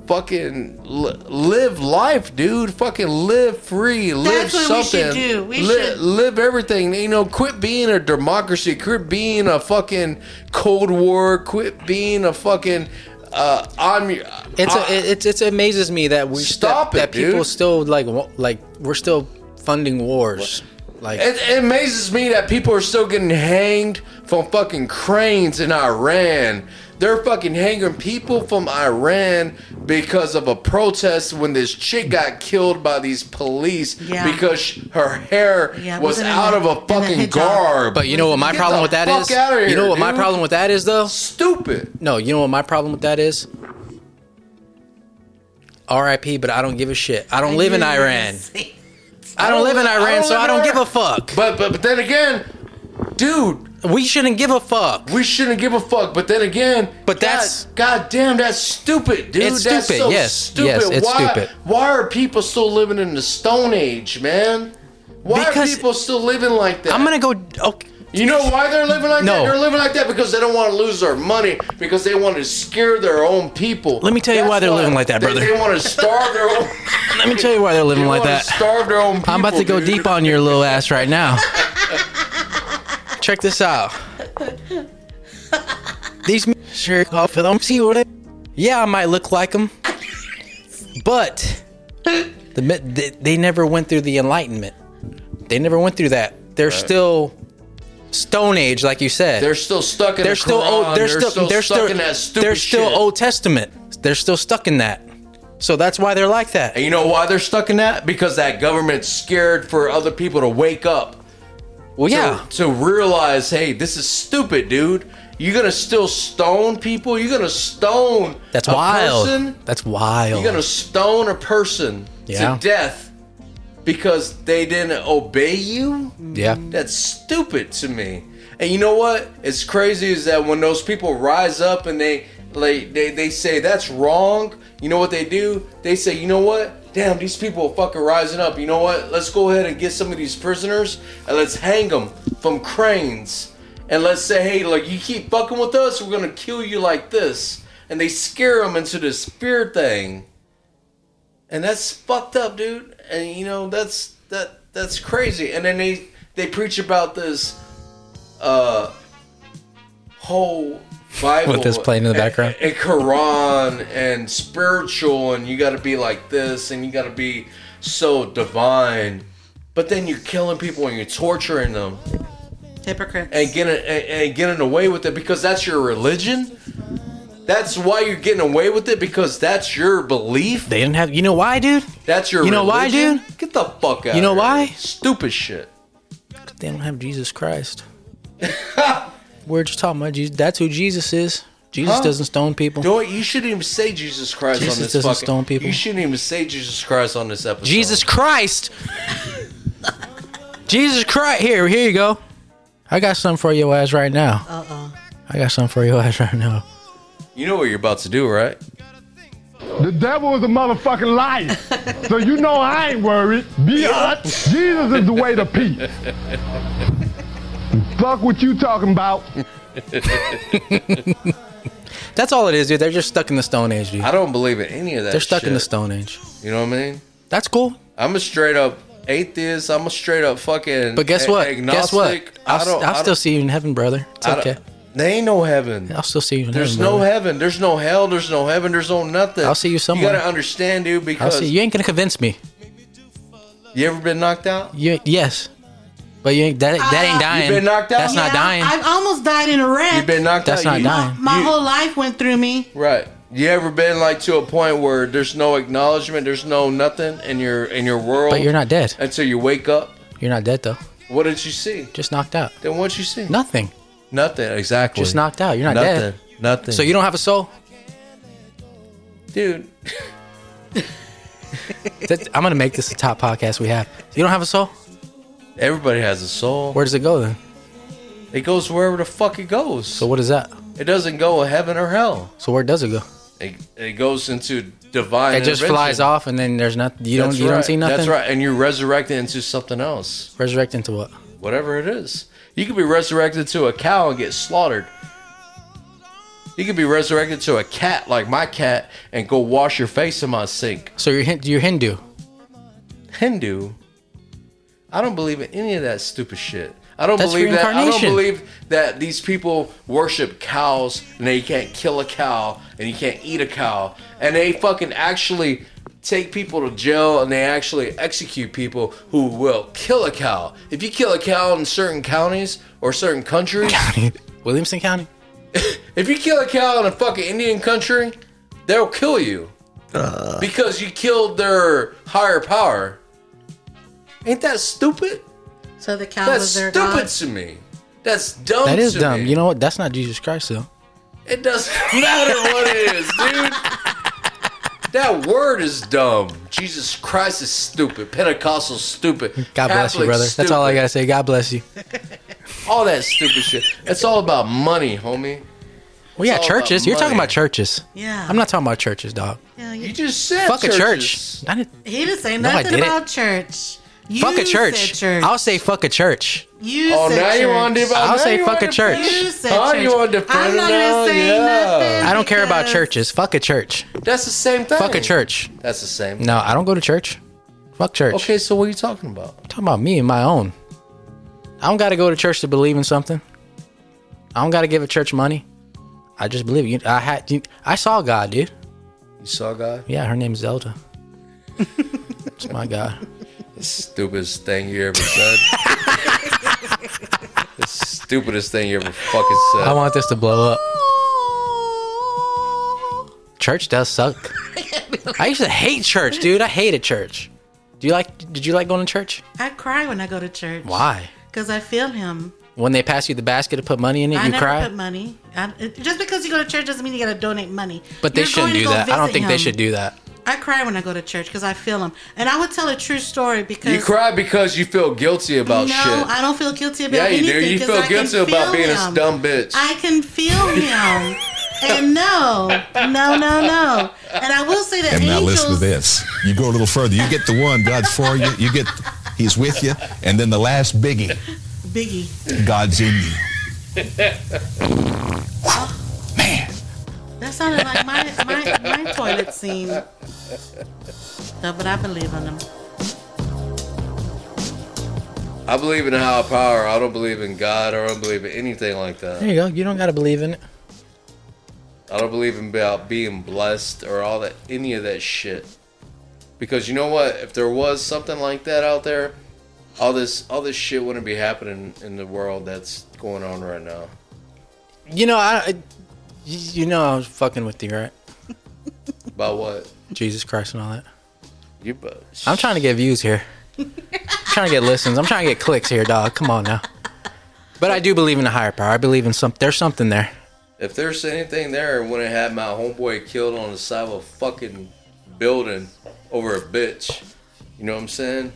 Speaker 2: Fucking li- live life, dude. Fucking live free. Live
Speaker 3: That's what we
Speaker 2: something.
Speaker 3: should do. We
Speaker 2: Li-
Speaker 3: should-
Speaker 2: live everything. You know, quit being a democracy. Quit being a fucking Cold War. Quit being a fucking. Uh, I'm.
Speaker 1: it's
Speaker 2: I-
Speaker 1: a, it, it's it's amazes me that we
Speaker 2: Stop
Speaker 1: that,
Speaker 2: it,
Speaker 1: that people
Speaker 2: dude.
Speaker 1: still like wa- like we're still funding wars. Like
Speaker 2: It, it amazes me that people are still getting hanged from fucking cranes in Iran. They're fucking hanging people from Iran because of a protest when this chick got killed by these police
Speaker 3: Yeah.
Speaker 2: because sh- her hair
Speaker 3: Yeah,
Speaker 2: was
Speaker 3: wasn't in
Speaker 2: out
Speaker 3: the-
Speaker 2: of a
Speaker 3: in the
Speaker 2: fucking
Speaker 3: hijab.
Speaker 2: garb.
Speaker 1: But you know what my
Speaker 2: Get
Speaker 1: problem
Speaker 2: the
Speaker 1: with that
Speaker 2: fuck
Speaker 1: is?
Speaker 2: outta
Speaker 1: you
Speaker 2: here,
Speaker 1: know what my
Speaker 2: dude.
Speaker 1: problem with that is though?
Speaker 2: stupid.
Speaker 1: No, you know what my problem with that is? RIP, but I don't give a shit. I don't live in Iran. I don't live in
Speaker 2: I don't
Speaker 1: Iran, so
Speaker 2: live
Speaker 1: I
Speaker 2: in
Speaker 1: don't give
Speaker 2: Iran.
Speaker 1: a fuck.
Speaker 2: But but but then again, dude,
Speaker 1: We shouldn't give a fuck.
Speaker 2: we shouldn't give a fuck. But then again,
Speaker 1: But
Speaker 2: God-
Speaker 1: that's-
Speaker 2: God damn, that's stupid, dude.
Speaker 1: It's
Speaker 2: that's
Speaker 1: stupid, yes, yes, it's
Speaker 2: why,
Speaker 1: stupid.
Speaker 2: Why are people still living in the Stone Age, man? Why
Speaker 1: Because-
Speaker 2: are people still living like that?
Speaker 1: I'm gonna go. Okay,
Speaker 2: You know why they're living like
Speaker 1: No.
Speaker 2: that? They're living like that because they don't want to lose their money because they want to scare their own people.
Speaker 1: Let me tell you why they're living like that,
Speaker 2: they-
Speaker 1: brother.
Speaker 2: They want to starve their own.
Speaker 1: let me tell you why they're living
Speaker 2: they
Speaker 1: like
Speaker 2: wanna
Speaker 1: that.
Speaker 2: Starve their own. People,
Speaker 1: I'm about to go
Speaker 2: dude.
Speaker 1: deep on your little ass right now. Check this out. These m- sure call for them. See what? I, yeah, I might look like them, but the, mi- they, they never went through the Enlightenment. They never went through that. They're still Stone Age, like you said.
Speaker 2: They're still stuck in.
Speaker 1: they're
Speaker 2: the
Speaker 1: still
Speaker 2: Quran.
Speaker 1: old. They're, still, they're
Speaker 2: stuck
Speaker 1: still
Speaker 2: in that stupid.
Speaker 1: they're still
Speaker 2: shit.
Speaker 1: Old Testament. They're still stuck in that. So that's why they're like that.
Speaker 2: And you know why they're stuck in that? Because that government's scared for other people to wake up.
Speaker 1: Well, yeah.
Speaker 2: To, to realize, hey, this is stupid, dude. You're gonna still stone people. You're gonna stone.
Speaker 1: That's
Speaker 2: a
Speaker 1: wild.
Speaker 2: person?
Speaker 1: That's wild.
Speaker 2: You're gonna stone a person
Speaker 1: Yeah.
Speaker 2: to death because they didn't obey you.
Speaker 1: yeah.
Speaker 2: That's stupid to me. And you know what? It's crazy is that when those people rise up and they like they, they say that's wrong, you know what they do? They say, you know what? Damn, these people are fucking rising up. You know what? Let's go ahead and get some of these prisoners and let's hang them from cranes. And let's say, hey, look, you keep fucking with us, we're gonna kill you like this. And they scare them into this fear thing. And that's fucked up, dude. And you know that's that that's crazy. And then they they preach about this uh whole Bible
Speaker 1: With this playing in the background?
Speaker 2: and, and Quran and spiritual and you got to be like this and you got to be so divine. But then you're killing people and you're torturing them
Speaker 3: Hypocrites.
Speaker 2: and getting and, and getting away with it because that's your religion. That's why you're getting away with it because that's your belief.
Speaker 1: They didn't have. You know why, dude?
Speaker 2: That's your.
Speaker 1: You know why,
Speaker 2: religion? Get the fuck out.
Speaker 1: You know
Speaker 2: of here.
Speaker 1: why?
Speaker 2: Stupid shit.
Speaker 1: They don't have Jesus Christ. We're just talking about Jesus. That's who Jesus is. Jesus
Speaker 2: Huh?
Speaker 1: doesn't stone people.
Speaker 2: You know what? You shouldn't even say Jesus Christ
Speaker 1: Jesus
Speaker 2: on this
Speaker 1: doesn't
Speaker 2: fucking.
Speaker 1: stone people.
Speaker 2: You shouldn't even say Jesus Christ on this episode.
Speaker 1: Jesus Christ. Jesus Christ. Here, here you go. I got something for your ass right now.
Speaker 3: Uh oh.
Speaker 1: I got something for your ass right now.
Speaker 2: You know what you're about to do, right?
Speaker 4: The devil is a motherfucking liar. so you know I ain't worried. Be honest. Jesus is the way to peace. Fuck what you talking about.
Speaker 1: That's all it is, dude. They're just stuck in the Stone Age, dude.
Speaker 2: I don't believe in any of that.
Speaker 1: They're stuck in the
Speaker 2: stuff.
Speaker 1: Stone Age.
Speaker 2: You know what I mean?
Speaker 1: That's cool.
Speaker 2: I'm a straight up atheist. I'm a straight up fucking.
Speaker 1: But guess
Speaker 2: a-
Speaker 1: what? Guess what?
Speaker 2: agnostic.
Speaker 1: I'll,
Speaker 2: I don't.
Speaker 1: I'll
Speaker 2: I
Speaker 1: still
Speaker 2: don't-
Speaker 1: see you in heaven, brother. It's
Speaker 2: I don't-
Speaker 1: okay.
Speaker 2: There ain't no heaven.
Speaker 1: I'll still see you in
Speaker 2: There's
Speaker 1: heaven.
Speaker 2: no
Speaker 1: brother.
Speaker 2: heaven. There's no hell. There's no heaven. There's no nothing.
Speaker 1: I'll see you
Speaker 2: You
Speaker 1: somewhere.
Speaker 2: gotta understand, dude.
Speaker 1: I'll
Speaker 2: Because
Speaker 1: see. You ain't gonna convince me.
Speaker 2: you ever been knocked out?
Speaker 1: You yes, but you ain't that. That ain't dying.
Speaker 2: been knocked out?
Speaker 1: That's not
Speaker 3: Ah! Yeah,
Speaker 1: dying.
Speaker 3: I've almost died in a wreck.
Speaker 2: You've been knocked
Speaker 1: That's
Speaker 2: out.
Speaker 1: not
Speaker 2: you,
Speaker 1: dying.
Speaker 3: My
Speaker 2: you-
Speaker 3: whole life went through me.
Speaker 2: Right. You ever been like to a point where there's no acknowledgement, there's no nothing in your in your world?
Speaker 1: but you're not dead.
Speaker 2: until you wake up.
Speaker 1: You're not dead though.
Speaker 2: What did you see?
Speaker 1: Just knocked out.
Speaker 2: Then what you see?
Speaker 1: Nothing.
Speaker 2: Nothing. Exactly.
Speaker 1: Just knocked out. You're not
Speaker 2: nothing.
Speaker 1: dead.
Speaker 2: Nothing.
Speaker 1: So you don't have a soul.
Speaker 2: dude.
Speaker 1: That- I'm gonna make this the top podcast we have. You don't have a soul.
Speaker 2: Everybody has a soul.
Speaker 1: Where does it go then?
Speaker 2: It goes wherever the fuck it goes.
Speaker 1: So what is that?
Speaker 2: it doesn't go heaven or hell.
Speaker 1: So where does it go?
Speaker 2: It, it goes into divine.
Speaker 1: It just
Speaker 2: intervention.
Speaker 1: flies off, and then there's not. You don't.
Speaker 2: That's
Speaker 1: you
Speaker 2: right.
Speaker 1: don't see nothing.
Speaker 2: That's right. And you're resurrected into something else,
Speaker 1: Resurrect into what?
Speaker 2: whatever it is. You could be resurrected to a cow and get slaughtered. You could be resurrected to a cat like my cat and go wash your face in my sink.
Speaker 1: So you're Hin- you're Hindu.
Speaker 2: Hindu. I don't believe in any of that stupid shit. I don't
Speaker 1: That's
Speaker 2: believe that. I don't
Speaker 1: reincarnation.
Speaker 2: believe that these people worship cows and they can't kill a cow and you can't eat a cow and they fucking actually take people to jail and they actually execute people who will kill a cow. If you kill a cow in certain counties or certain countries,
Speaker 1: Williamson County.
Speaker 2: if you kill a cow in a fucking Indian country, they'll kill you
Speaker 1: Uh.
Speaker 2: because you killed their higher power. Ain't that stupid?
Speaker 3: So the cow
Speaker 2: That's
Speaker 3: was their
Speaker 2: stupid
Speaker 3: god.
Speaker 2: to me. That's dumb.
Speaker 1: That is
Speaker 2: to
Speaker 1: dumb.
Speaker 2: me.
Speaker 1: You know what? That's not Jesus Christ though.
Speaker 2: it doesn't matter what it is, dude. That word is dumb. Jesus Christ is stupid. Pentecostal stupid.
Speaker 1: God bless you,
Speaker 2: Catholic,
Speaker 1: brother. That's all I
Speaker 2: stupid.
Speaker 1: gotta say. God bless you.
Speaker 2: All that stupid shit. It's all about money, homie.
Speaker 1: Well, yeah,
Speaker 2: all about
Speaker 1: churches. You're talking
Speaker 2: money.
Speaker 1: about churches.
Speaker 3: Yeah.
Speaker 1: I'm not talking about churches, dog.
Speaker 3: Yeah,
Speaker 2: You
Speaker 3: you-
Speaker 2: just said
Speaker 1: Fuck a
Speaker 2: churches.
Speaker 1: church. I didn't,
Speaker 3: he didn't say
Speaker 1: No, I
Speaker 3: nothing
Speaker 1: didn't.
Speaker 3: about church. You
Speaker 1: fuck a church.
Speaker 3: Said church.
Speaker 1: I'll say fuck a church.
Speaker 3: You
Speaker 2: Oh,
Speaker 3: said
Speaker 2: now
Speaker 3: church.
Speaker 2: you want to?
Speaker 1: I'll say fuck a church.
Speaker 3: You said
Speaker 2: Oh,
Speaker 3: church.
Speaker 2: you want to defend
Speaker 3: I'm not
Speaker 2: now?
Speaker 3: gonna say
Speaker 2: Yeah.
Speaker 3: nothing.
Speaker 1: I don't care about
Speaker 3: because-
Speaker 1: churches. Fuck a church.
Speaker 2: That's the same thing.
Speaker 1: Fuck a church.
Speaker 2: That's the same.
Speaker 1: No, I don't go to church. Fuck church.
Speaker 2: Okay, so what are you talking about?
Speaker 1: I'm talking about me and my own. I don't gotta go to church to believe in something. I don't gotta give a church money. I just believe you. I had. You, I saw God, dude.
Speaker 2: You saw God?
Speaker 1: Yeah, her name's Zelda. It's my God.
Speaker 2: Stupidest thing you ever said. the stupidest thing you ever fucking said.
Speaker 1: I want this to blow up. Church does suck. I used to hate church, dude. I hated church. Do you like? Did you like going to church?
Speaker 3: I cry when I go to church.
Speaker 1: Why?
Speaker 3: Because I feel him.
Speaker 1: When they pass you the basket to put money in it,
Speaker 3: I
Speaker 1: you
Speaker 3: never
Speaker 1: cry.
Speaker 3: put money. I, it- just because you go to church doesn't mean you got to donate money.
Speaker 1: but they
Speaker 3: You're
Speaker 1: shouldn't
Speaker 3: going to
Speaker 1: do
Speaker 3: go
Speaker 1: that. I don't
Speaker 3: visit
Speaker 1: think they
Speaker 3: him.
Speaker 1: should do that.
Speaker 3: I cry when I go to church because I feel him, and I would tell a true story because
Speaker 2: You cry because you feel guilty about
Speaker 3: No,
Speaker 2: shit.
Speaker 3: I don't feel guilty about
Speaker 2: yeah, you
Speaker 3: anything.
Speaker 2: do. You
Speaker 3: 'cause
Speaker 2: feel
Speaker 3: I can
Speaker 2: guilty about
Speaker 3: feel
Speaker 2: being
Speaker 3: him.
Speaker 2: a dumb bitch.
Speaker 3: I can feel him. and no, no, no, no. And I will say that
Speaker 5: And now
Speaker 3: angels.
Speaker 5: listen to this. You go a little further. You get the one, God's for you. You get, He's with you. And then the last biggie,
Speaker 3: Biggie.
Speaker 5: God's in you. Man,
Speaker 3: That sounded like my, my, my toilet scene. No, but I believe in him.
Speaker 2: I believe in a higher power. I don't believe in God. I don't believe in anything like that.
Speaker 1: There you go. You don't gotta believe in it.
Speaker 2: I don't believe in about being blessed or all that, any of that shit. Because you know what? If there was something like that out there, all this, all this shit wouldn't be happening in the world that's going on right now.
Speaker 1: You know, I. I- You know, I was fucking with you, right?
Speaker 2: About what?
Speaker 1: Jesus Christ and all that.
Speaker 2: You but
Speaker 1: I'm trying to get views here. I'm trying to get listens. I'm trying to get clicks here, dog. Come on now. But I do believe in a higher power. I believe in some. There's something there.
Speaker 2: If there's anything there, it wouldn't have my homeboy killed on the side of a fucking building over a bitch. You know what I'm saying?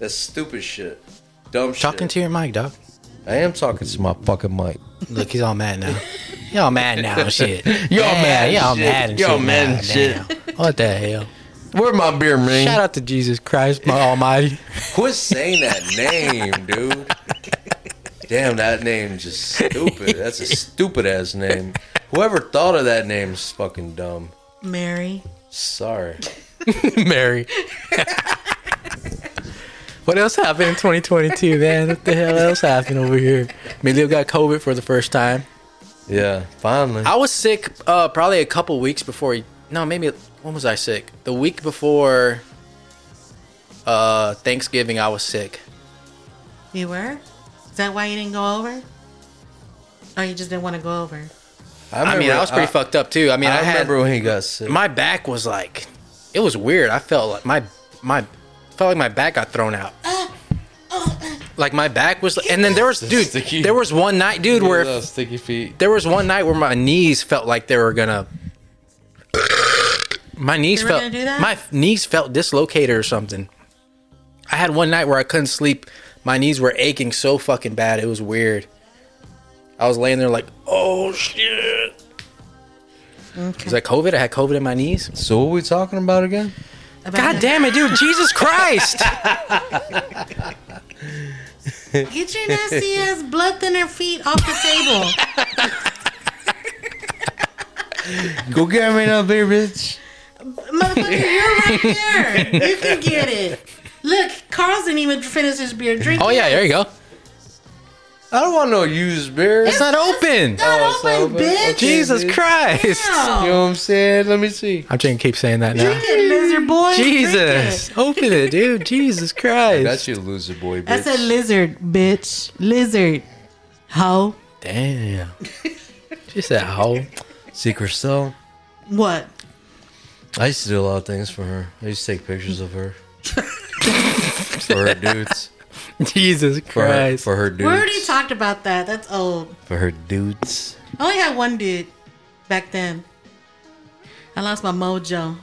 Speaker 2: That's stupid shit. Dumb shit.
Speaker 1: Talking to your mic, dog.
Speaker 2: I am talking to my fucking mic.
Speaker 1: Look, he's all mad now. Y'all mad now, shit.
Speaker 2: Y'all
Speaker 1: Yeah,
Speaker 2: mad and
Speaker 1: Y'all
Speaker 2: shit.
Speaker 1: mad and
Speaker 2: Y'all
Speaker 1: shit.
Speaker 2: mad
Speaker 1: now,
Speaker 2: and shit.
Speaker 1: damn. What the hell?
Speaker 2: Where my beer, man?
Speaker 1: Shout out to Jesus Christ, my Almighty.
Speaker 2: Quit saying that name, dude. Damn, that name just stupid. That's a stupid ass name. Whoever thought of that name is fucking dumb.
Speaker 3: Mary.
Speaker 2: Sorry.
Speaker 1: Mary. what else happened in 2022, man? What the hell else happened over here? Emilio got COVID for the first time.
Speaker 2: Yeah, finally.
Speaker 1: I was sick uh, probably a couple weeks before. No, maybe when was I sick? The week before uh, Thanksgiving, I was sick.
Speaker 3: You were? Is that why you didn't go over? Oh, you just didn't want to go over.
Speaker 1: I mean, I was pretty fucked up too. I mean,
Speaker 2: I,
Speaker 1: I, had
Speaker 2: remember when he got sick.
Speaker 1: my back was like, it was weird. I felt like my my felt like my back got thrown out. Like my back was, and then there was dude.
Speaker 2: Sticky.
Speaker 1: There was one night, dude, where
Speaker 2: Those sticky feet.
Speaker 1: there was one night where my knees felt like they were gonna. My knees
Speaker 3: They were
Speaker 1: felt
Speaker 3: gonna do that?
Speaker 1: my knees felt dislocated or something. I had one night where I couldn't sleep. My knees were aching so fucking bad. It was weird. I was laying there like, oh shit.
Speaker 3: Okay.
Speaker 1: Was that COVID? I had COVID in my knees.
Speaker 2: So what we talking about again?
Speaker 3: About
Speaker 1: God
Speaker 3: that-
Speaker 1: damn it, dude! Jesus Christ!
Speaker 3: Get your nasty ass blood thinner feet off the table.
Speaker 2: Go get me another beer, bitch.
Speaker 3: Motherfucker, you're right there. You can get it. Look, Carl's didn't even finish his beer drink.
Speaker 1: Oh yeah, there you go.
Speaker 2: I don't want no used beer.
Speaker 1: It's not open.
Speaker 3: Not
Speaker 2: Oh, it's
Speaker 3: open,
Speaker 2: open.
Speaker 3: bitch.
Speaker 1: Jesus Christ!
Speaker 2: You know what I'm saying? Let me see.
Speaker 1: I'm trying to keep saying that now.
Speaker 3: Drink it, lizard boy. Drink it.
Speaker 1: Jesus, open it, dude. Jesus Christ!
Speaker 2: That's your loser boy, bitch.
Speaker 3: I said lizard, bitch. Lizard. Ho.
Speaker 1: Damn. She said hoe.
Speaker 2: see, Christelle,
Speaker 3: What?
Speaker 2: I used to do a lot of things for her. I used to take pictures of her. for her dudes.
Speaker 1: Jesus
Speaker 2: For her,
Speaker 1: Christ.
Speaker 2: for her
Speaker 3: We already
Speaker 2: dudes.
Speaker 3: talked about that. That's old.
Speaker 2: For her dudes.
Speaker 3: I only had one dude back then. I lost my mojo.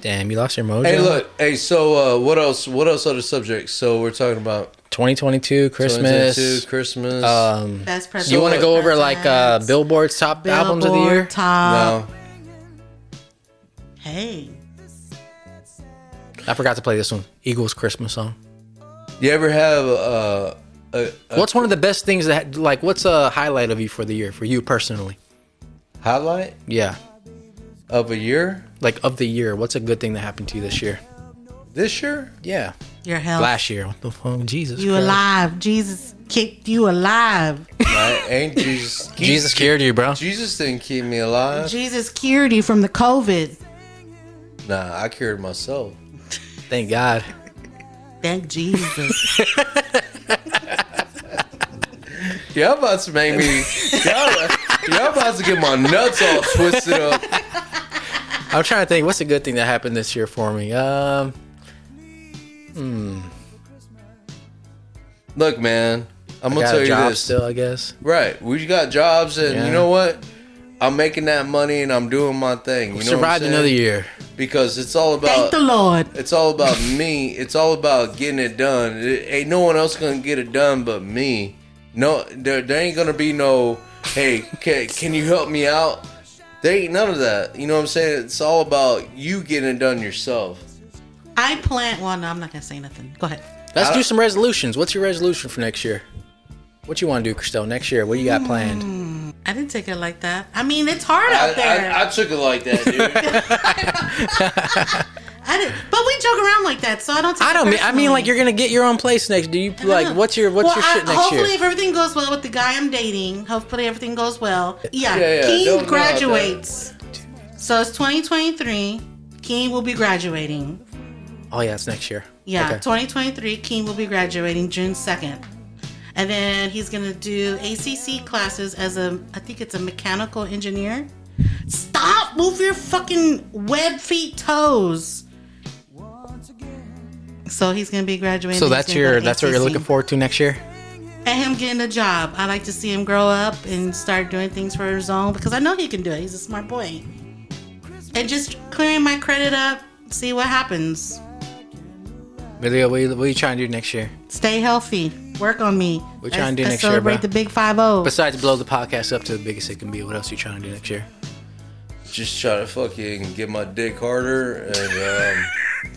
Speaker 1: Damn, you lost your mojo.
Speaker 2: Hey, look. Hey, so uh, what else? What else other subjects? So we're talking about
Speaker 1: 2022 Christmas.
Speaker 2: 2022, Christmas. Uh,
Speaker 1: Um,
Speaker 3: Best president.
Speaker 1: you want to go over like uh,
Speaker 3: Presidents,
Speaker 1: Billboard's top albums of the
Speaker 3: Billboard
Speaker 1: year?
Speaker 3: Top.
Speaker 2: no.
Speaker 3: Hey.
Speaker 1: I forgot to play this one. Eagles Christmas song.
Speaker 2: You ever have uh, a, a
Speaker 1: What's one of the best things that like? What's a highlight of you for the year for you personally?
Speaker 2: highlight
Speaker 1: Yeah,
Speaker 2: of a year
Speaker 1: like of the year. What's a good thing that happened to you this year?
Speaker 2: this year?
Speaker 1: Yeah,
Speaker 3: Your health.
Speaker 1: last year. What the fuck, Jesus?
Speaker 3: Oh. You
Speaker 1: Christ.
Speaker 3: alive. Jesus kicked you alive.
Speaker 2: I ain't Jesus.
Speaker 1: Jesus cured you, bro.
Speaker 2: Jesus didn't keep me alive.
Speaker 3: Jesus cured you from the COVID.
Speaker 2: Nah, I cured myself.
Speaker 1: Thank God.
Speaker 3: Thank Jesus.
Speaker 2: Y'all about to make me. Y'all, y'all about to get my nuts all twisted up.
Speaker 1: I'm trying to think. What's a good thing that happened this year for me? Um,
Speaker 2: Look, man, I'm gonna
Speaker 1: got
Speaker 2: tell
Speaker 1: a
Speaker 2: you
Speaker 1: job
Speaker 2: this.
Speaker 1: still, I guess.
Speaker 2: Right, we got jobs, and
Speaker 1: Yeah.
Speaker 2: you know what? I'm making that money, and I'm doing my thing. You know what I'm
Speaker 1: Survived
Speaker 2: saying?
Speaker 1: another year.
Speaker 2: because it's all
Speaker 3: Thank
Speaker 2: about
Speaker 3: the Lord.
Speaker 2: it's all about me. It's all about getting it done. It, ain't no one else gonna get it done but me. No, there, there ain't gonna be no. Hey, can, can you help me out? There ain't none of that. You know what I'm saying? It's all about you getting it done yourself.
Speaker 3: I plant. Well, no, I'm not gonna say nothing. Go ahead.
Speaker 1: Let's
Speaker 2: I-
Speaker 1: do some resolutions. What's your resolution for next year? What you want to do, Christelle, next year? What you got
Speaker 3: Hmm,
Speaker 1: planned?
Speaker 3: I didn't take it like that. I mean, it's hard
Speaker 2: I,
Speaker 3: out there.
Speaker 2: I, I took it like that, dude.
Speaker 3: I didn't, but we joke around like that, so I don't. Take
Speaker 1: I
Speaker 3: it
Speaker 1: don't mean. I mean, like
Speaker 3: personally.
Speaker 1: you're gonna get your own place next. Do you like? What's your What's
Speaker 3: Well,
Speaker 1: your shit
Speaker 3: I-
Speaker 1: next
Speaker 3: hopefully
Speaker 1: year?
Speaker 3: if everything goes well with the guy I'm dating, hopefully everything goes well. Yeah,
Speaker 2: Yeah, yeah, don't
Speaker 3: Keen
Speaker 2: know
Speaker 3: graduates, so it's 2023. Keen will be graduating.
Speaker 1: Oh yeah, it's next year.
Speaker 3: Yeah,
Speaker 1: Okay.
Speaker 3: 2023. Keen will be graduating June 2nd, and then he's gonna do ACC classes as a. I think it's a mechanical engineer. Stop! Move your fucking web feet toes. So he's gonna be graduating.
Speaker 1: So
Speaker 3: He's
Speaker 1: that's
Speaker 3: gonna go
Speaker 1: your.
Speaker 3: to
Speaker 1: That's what you're
Speaker 3: ACC
Speaker 1: looking forward to next year.
Speaker 3: and him getting a job. I like to see him grow up and start doing things for his own because I know he can do it. He's a smart boy. And just clearing my credit up, see what happens.
Speaker 1: Emilio, what you, what you trying to do next year?
Speaker 3: Stay healthy. Work on me.
Speaker 1: What you
Speaker 3: Let's-
Speaker 1: trying to do
Speaker 3: let's
Speaker 1: next year,
Speaker 3: celebrate
Speaker 1: bro?
Speaker 3: the big five zero.
Speaker 1: Besides blow the podcast up to the biggest it can be, what else you trying to do next year?
Speaker 2: Just try to fucking get my dick harder and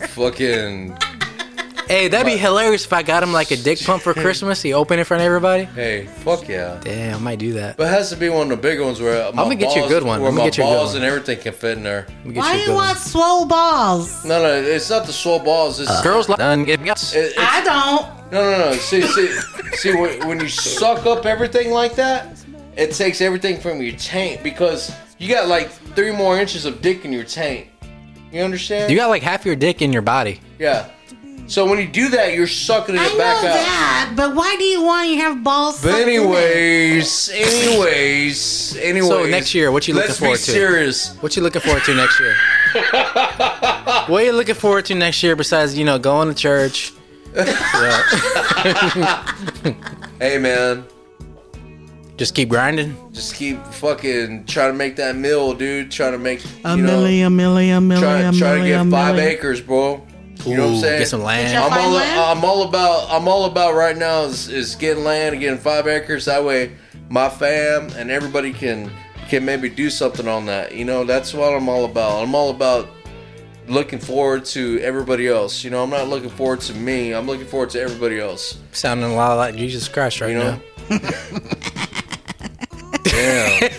Speaker 2: um, fucking
Speaker 1: Hey, that'd be hilarious if I got him like a dick pump for Christmas. He opened in front of everybody.
Speaker 2: hey, fuck yeah.
Speaker 1: Damn, I might do that.
Speaker 2: But it has to be one of the big ones where my
Speaker 1: gonna get you a
Speaker 2: balls-
Speaker 1: good one.
Speaker 2: Where
Speaker 1: I'm gonna
Speaker 2: my
Speaker 1: get you a good
Speaker 2: balls
Speaker 1: one.
Speaker 2: and everything can fit in there.
Speaker 1: Let me get
Speaker 3: Why
Speaker 1: you a
Speaker 3: do
Speaker 1: good
Speaker 3: you
Speaker 1: one.
Speaker 3: want swole balls?
Speaker 2: No, no, it's not the swole balls. It's
Speaker 1: girls like done getting us?
Speaker 2: it- it's-
Speaker 3: I don't.
Speaker 2: No, no, no. See, see, see. When, when you suck up everything like that, it takes everything from your taint because you got like three more inches of dick in your taint. You understand?
Speaker 1: You got like half your dick in your body.
Speaker 2: yeah. So when you do that, you're sucking it
Speaker 3: I know
Speaker 2: back out.
Speaker 3: that, but why do you want to have balls?
Speaker 2: But
Speaker 3: sucked in there?
Speaker 2: anyways, anyways, anyways.
Speaker 1: next year, what you looking
Speaker 2: let's
Speaker 1: forward
Speaker 2: be
Speaker 1: to?
Speaker 2: serious.
Speaker 1: What you looking forward to next year? what you looking forward to next year besides you know going to church?
Speaker 2: Hey, man.
Speaker 1: Just keep grinding.
Speaker 2: Just keep fucking trying to make that mill, dude. Trying to make
Speaker 3: a
Speaker 2: you know,
Speaker 3: million, million, million,
Speaker 2: trying, trying to
Speaker 3: million,
Speaker 2: get five
Speaker 3: million.
Speaker 2: acres, bro. You know what I'm
Speaker 1: Ooh,
Speaker 2: saying?
Speaker 1: Get some land.
Speaker 3: Get your-
Speaker 2: I'm
Speaker 3: Find
Speaker 2: all,
Speaker 3: land?
Speaker 2: I'm all about I'm all about right now is, is getting land and getting five acres that way my fam and everybody can can maybe do something on that you know that's what I'm all about I'm all about looking forward to everybody else you know I'm not looking forward to me I'm looking forward to everybody else
Speaker 1: Sounding a lot like Jesus Christ right
Speaker 2: you know
Speaker 1: now.
Speaker 2: damn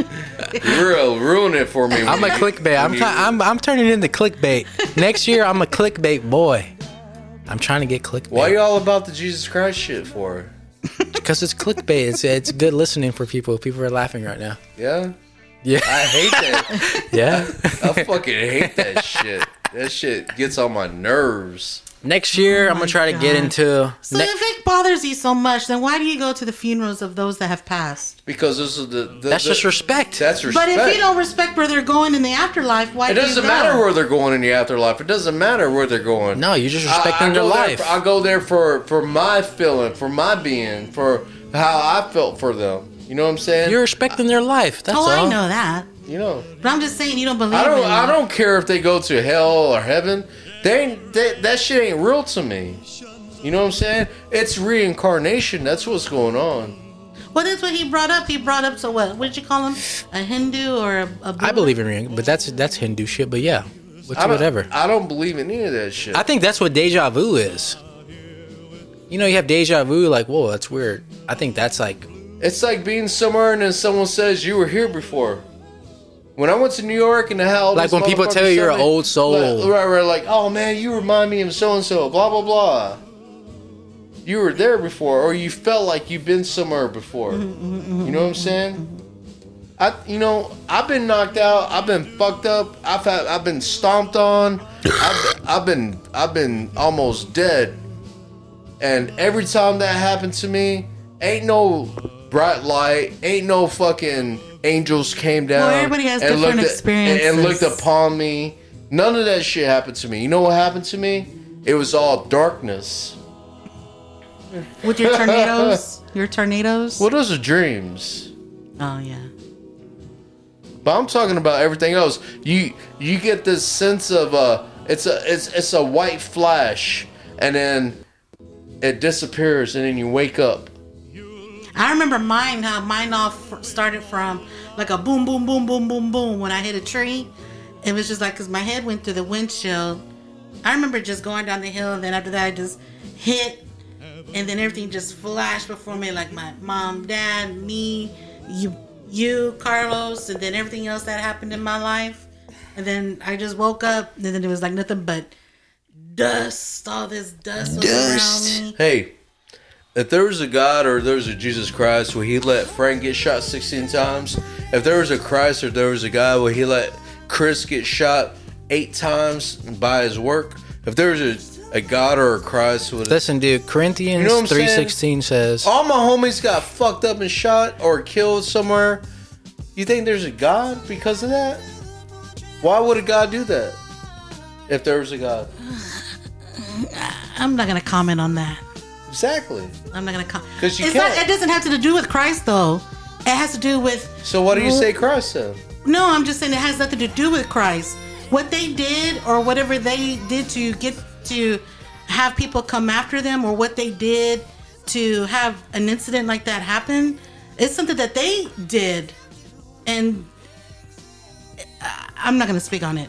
Speaker 2: you're ruining it for me
Speaker 1: I'm a clickbait. I'm,
Speaker 2: you-
Speaker 1: ti- I'm I'm turning into clickbait. Next year I'm a clickbait boy. I'm trying to get clickbait.
Speaker 2: why you all about the Jesus Christ shit for
Speaker 1: Because it's clickbait. It's it's good listening for people. People are laughing right now.
Speaker 2: yeah
Speaker 1: Yeah,
Speaker 2: I hate that
Speaker 1: yeah.
Speaker 2: I fucking hate that shit. That shit gets on my nerves.
Speaker 1: Next year I'm gonna try to get
Speaker 3: Oh God.
Speaker 1: into.
Speaker 3: So
Speaker 1: ne-
Speaker 3: if it bothers you so much, then why do you go to the funerals of those that have passed?
Speaker 2: Because this is the, the
Speaker 1: that's
Speaker 2: the-
Speaker 1: just respect.
Speaker 2: That's
Speaker 3: But
Speaker 2: respect.
Speaker 3: if you don't respect where they're going in the afterlife, why
Speaker 2: it
Speaker 3: do
Speaker 2: doesn't
Speaker 3: you go?
Speaker 2: matter where they're going in the afterlife. It doesn't matter where they're going.
Speaker 1: no, you're just respecting
Speaker 2: I
Speaker 1: their
Speaker 2: go there
Speaker 1: life.
Speaker 2: for- I go there for for my feeling, for my being, for how I felt for them. You know what I'm saying?
Speaker 1: you're respecting their life. That's
Speaker 3: Oh,
Speaker 1: all.
Speaker 3: I know that.
Speaker 2: you know.
Speaker 3: But I'm just saying you don't believe
Speaker 2: I
Speaker 3: in
Speaker 2: don't.
Speaker 3: it.
Speaker 2: I don't care if they go to hell or heaven. They, ain't they that shit ain't real to me. You know what I'm saying? It's reincarnation. That's what's going on.
Speaker 3: Well, that's what he brought up. He brought up, so what? What did you call him? A Hindu or a, a
Speaker 1: I
Speaker 3: Buddha?
Speaker 1: believe in ring, but that's that's Hindu shit. But yeah, which,
Speaker 2: I don't-
Speaker 1: whatever.
Speaker 2: I don't believe in any of that shit.
Speaker 1: I think that's what deja vu is. You know, you have deja vu, like, whoa, that's weird. I think that's like,
Speaker 2: it's like being somewhere and then someone says you were here before. When I went to New York and the hell,
Speaker 1: Like
Speaker 2: this
Speaker 1: when people
Speaker 2: motherfucker
Speaker 1: tell you you're
Speaker 2: said
Speaker 1: an
Speaker 2: me-
Speaker 1: old soul.
Speaker 2: Like, right, right? Like, oh man, you remind me of so and so. Blah blah blah. You were there before, or you felt like you've been somewhere before. You know what I'm saying? I, you know, I've been knocked out. I've been fucked up. I've had, I've been stomped on. I've, I've been, I've been almost dead. And every time that happened to me, ain't no bright light, ain't no fucking angels came down.
Speaker 3: everybody has different
Speaker 2: looked at- and- and
Speaker 3: experiences.
Speaker 2: looked upon me. None of that shit happened to me. You know what happened to me? It was all darkness.
Speaker 3: with your tornadoes, your tornadoes.
Speaker 2: Well, those are dreams.
Speaker 3: Oh yeah.
Speaker 2: But I'm talking about everything else. You you get this sense of uh it's a it's it's a white flash and then it disappears and then you wake up.
Speaker 3: I remember mine. How mine all f- started from like a boom, boom, boom, boom, boom, boom. When I hit a tree, it was just like because my head went through the windshield. I remember just going down the hill, and then after that, I just hit, and then everything just flashed before me, like my mom, dad, me, you, you, Carlos, and then everything else that happened in my life. And then I just woke up, and then it was like nothing but dust. All this dust, was around me.
Speaker 2: Hey, if there was a God or there was a Jesus Christ, would he let Frank get shot 16 times? If there was a Christ or there was a God, would he let Chris get shot eight times by his work? If there was a, a God or a Christ, would
Speaker 1: listen, dude, Corinthians
Speaker 2: You know what I'm saying?
Speaker 1: 3.16 says,
Speaker 2: all my homies got fucked up and shot or killed somewhere? You think there's a God because of that? Why would a God do that? If there was a God,
Speaker 3: I'm not gonna comment on that.
Speaker 2: exactly.
Speaker 3: I'm not gonna come.
Speaker 2: 'Cause you
Speaker 3: it's not,
Speaker 2: can't.
Speaker 3: it doesn't have to do with Christ though. It has to do with
Speaker 2: So why do you say Christ then?
Speaker 3: no. I'm just saying it has nothing to do with Christ. What they did or whatever they did to get to have people come after them or what they did to have an incident like that happen it's something that they did and I- i'm not gonna speak on it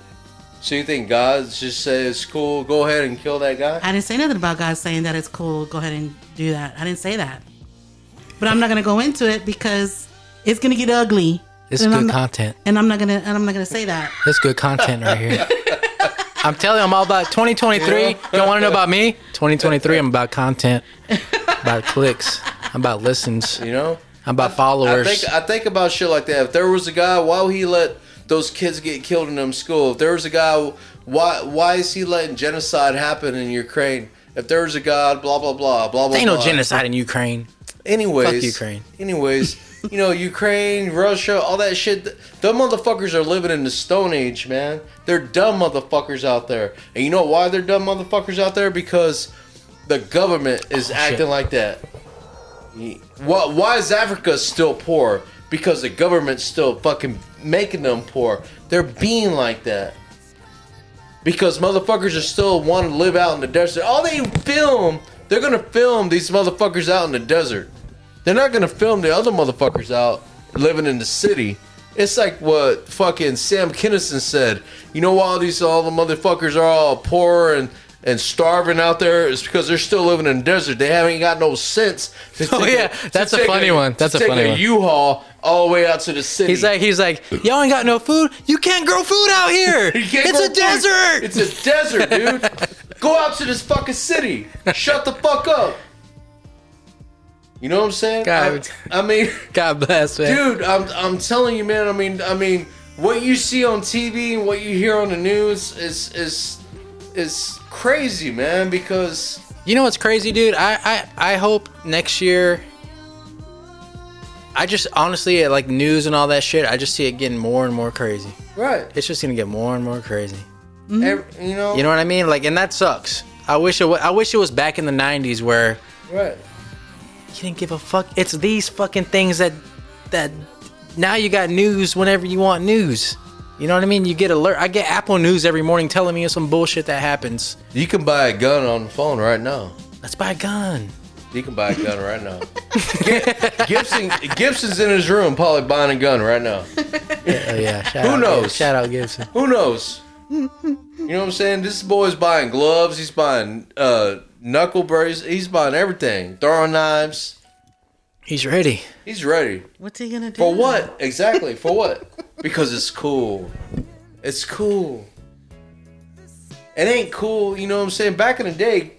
Speaker 2: So you think God just says, "Cool, go ahead and kill that guy"?
Speaker 3: i didn't say nothing about god saying that it's cool go ahead and do that i didn't say that but i'm not gonna go into it because it's gonna get ugly
Speaker 1: It's
Speaker 3: and I'm
Speaker 1: good
Speaker 3: not-
Speaker 1: content.
Speaker 3: and i'm not gonna and i'm not gonna say that
Speaker 1: That's good content right here. I'm telling you, I'm all about 2023. You don't want to know about me? 2023, I'm about content, about clicks, I'm about listens,
Speaker 2: You know,
Speaker 1: I'm about followers.
Speaker 2: I think I think about shit like that. If there was a guy, why would he let those kids get killed in them school? If there was a guy, why why is he letting genocide happen in Ukraine? If there was a God, blah blah blah blah blah.
Speaker 1: there ain't no
Speaker 2: blah.
Speaker 1: genocide in Ukraine.
Speaker 2: Anyways,
Speaker 1: Fuck Ukraine.
Speaker 2: Anyways, you know Ukraine, Russia, all that shit. th- Them motherfuckers are living in the Stone Age, man. They're dumb motherfuckers out there, and you know why they're dumb motherfuckers out there? Because the government is
Speaker 1: Oh,
Speaker 2: acting like that. Why, why is Africa still poor? Because the government's still fucking making them poor. They're being like that. Because motherfuckers are still want to live out in the desert. All they film, they're gonna film these motherfuckers out in the desert. They're not gonna film the other motherfuckers out living in the city. It's like what fucking Sam Kinison said. You know why all these all the motherfuckers are all poor and and starving out there is because they're still living in the desert. They haven't got no sense. to
Speaker 1: Oh,
Speaker 2: take
Speaker 1: yeah. That's
Speaker 2: to
Speaker 1: a
Speaker 2: take
Speaker 1: funny one. That's
Speaker 2: to
Speaker 1: a
Speaker 2: take
Speaker 1: funny one.
Speaker 2: U-Haul all the way out to the city.
Speaker 1: He's like, he's like, y'all ain't got no food. You can't grow food out here.
Speaker 2: You can't
Speaker 1: it's
Speaker 2: grow
Speaker 1: a
Speaker 2: food.
Speaker 1: desert.
Speaker 2: It's a desert, dude. Go out to this fucking city. Shut the fuck up. You know what I'm saying?
Speaker 1: God.
Speaker 2: I, I mean,
Speaker 1: God bless, man.
Speaker 2: dude, I'm I'm telling you, man. I mean, I mean, what you see on TV and what you hear on the news is is is crazy, man. Because
Speaker 1: You know what's crazy, dude? I, I I hope next year. I just honestly like news and all that shit. I just see it getting more and more crazy.
Speaker 2: right,
Speaker 1: It's just gonna get more and more crazy.
Speaker 2: ev- you know,
Speaker 1: Mm-hmm. You know what I mean? Like, and that sucks. I wish it. wa I wish it was back in the '90s where
Speaker 2: right.
Speaker 1: you didn't give a fuck. It's these fucking things that that now you got news whenever you want news. You know what I mean? You get alert. I get Apple News every morning telling me some bullshit that happens.
Speaker 2: You can buy a gun on the phone right now.
Speaker 1: Let's buy a gun.
Speaker 2: You can buy a gun right now. Gibson Gibson's in his room, probably buying a gun right now.
Speaker 1: Oh yeah. Shout
Speaker 2: Who
Speaker 1: out,
Speaker 2: knows?
Speaker 1: Shout out Gibson.
Speaker 2: Who knows? You know what I'm saying? This boy's buying gloves. He's buying uh, knuckle braces. He's buying everything. Throwing knives.
Speaker 1: He's ready.
Speaker 2: He's ready.
Speaker 3: what's he gonna do
Speaker 2: For what? Exactly. For what? Because it's cool. It's cool. It ain't cool. You know what I'm saying? Back in the day,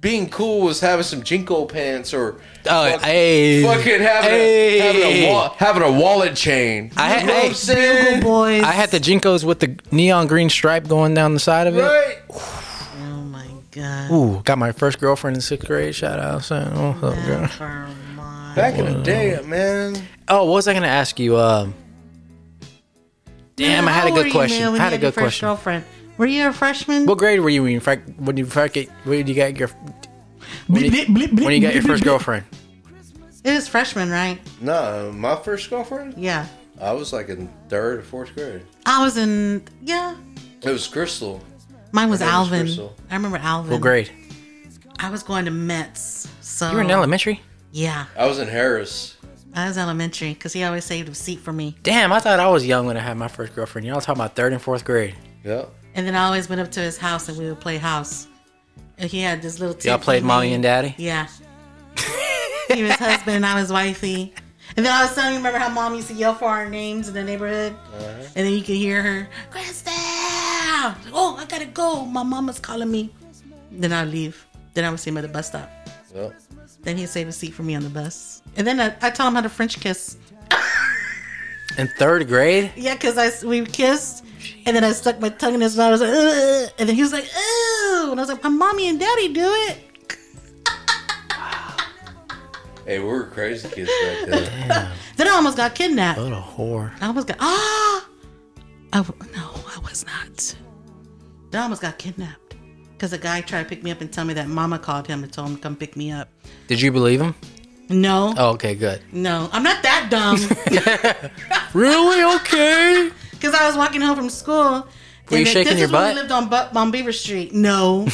Speaker 2: being cool was having some jinko pants or
Speaker 1: Oh,
Speaker 2: fuck-
Speaker 1: hey.
Speaker 2: fucking having,
Speaker 1: Hey.
Speaker 2: a, having, a wa- having a wallet chain.
Speaker 1: I had-
Speaker 2: you know what
Speaker 1: hey.
Speaker 2: I'm saying?
Speaker 3: boys
Speaker 1: I had the Jinkos with the neon green stripe going down the side of it.
Speaker 2: Right?
Speaker 3: oh my god
Speaker 1: Ooh, got my first girlfriend in sixth grade. Shout out. So, what's up, girl?
Speaker 3: Never mind.
Speaker 2: Back in the day, man.
Speaker 1: Oh, what was I gonna ask you? Um, damn, I had a
Speaker 3: How were
Speaker 1: good
Speaker 3: you,
Speaker 1: question.
Speaker 3: man,
Speaker 1: I
Speaker 3: when
Speaker 1: had
Speaker 3: you
Speaker 1: a good
Speaker 3: your first
Speaker 1: question.
Speaker 3: Girlfriend, were you a freshman?
Speaker 1: What grade were you in? Fact, when you fact, when you got your when you, when you got your first girlfriend?
Speaker 3: It was freshman, right?
Speaker 2: No, my first girlfriend,
Speaker 3: Yeah,
Speaker 2: I was like in third or fourth grade.
Speaker 3: I was in. Yeah,
Speaker 2: It was Crystal.
Speaker 3: mine was
Speaker 2: Her name was
Speaker 3: Alvin.
Speaker 2: Crystal.
Speaker 3: I remember Alvin.
Speaker 1: What grade?
Speaker 3: I was going to Mets. So
Speaker 1: You were in elementary.
Speaker 3: Yeah,
Speaker 2: I was in Harris.
Speaker 3: I was elementary because he always saved a seat for me,
Speaker 1: Damn, I thought I was young when I had my first girlfriend. Y'all talking about third and fourth grade?
Speaker 2: Yeah.
Speaker 3: and then I always went up to his house and we would play house. And he had this little.
Speaker 1: Y'all
Speaker 3: tiki
Speaker 1: played mommy
Speaker 3: thing.
Speaker 1: and daddy.
Speaker 3: Yeah. he was husband, I was wifey. And then all of a sudden, remember how mom used to yell for our names in the neighborhood?
Speaker 1: Uh-huh.
Speaker 3: And then you could hear her, Krista! Oh, I gotta go. My mama's calling me. Then I'd leave. Then I would see him at the bus stop.
Speaker 2: yeah.
Speaker 3: Then he'd save a seat for me on the bus. And then I, I taught him how to French kiss.
Speaker 1: In third grade?
Speaker 3: Yeah, because I, s- we kissed. And then I stuck my tongue in his mouth. I was like, Ugh. And then he was like, ooh. And I was like, my mommy and daddy do it.
Speaker 2: Hey, we were crazy kids back then.
Speaker 3: Then I almost got kidnapped.
Speaker 1: What a whore!
Speaker 3: I almost got ah. I w- no, I was not. I almost got kidnapped because a guy tried to pick me up and tell me that Mama called him and told him to come pick me up.
Speaker 1: Did you believe him?
Speaker 3: No,
Speaker 1: Oh, okay, good.
Speaker 3: no, I'm not that dumb
Speaker 1: Really? Okay.
Speaker 3: because I was walking home from school.
Speaker 1: Were you
Speaker 3: and
Speaker 1: shaking
Speaker 3: this
Speaker 1: your
Speaker 3: is when
Speaker 1: butt?
Speaker 3: we lived on, Bu- on Beaver Street. No,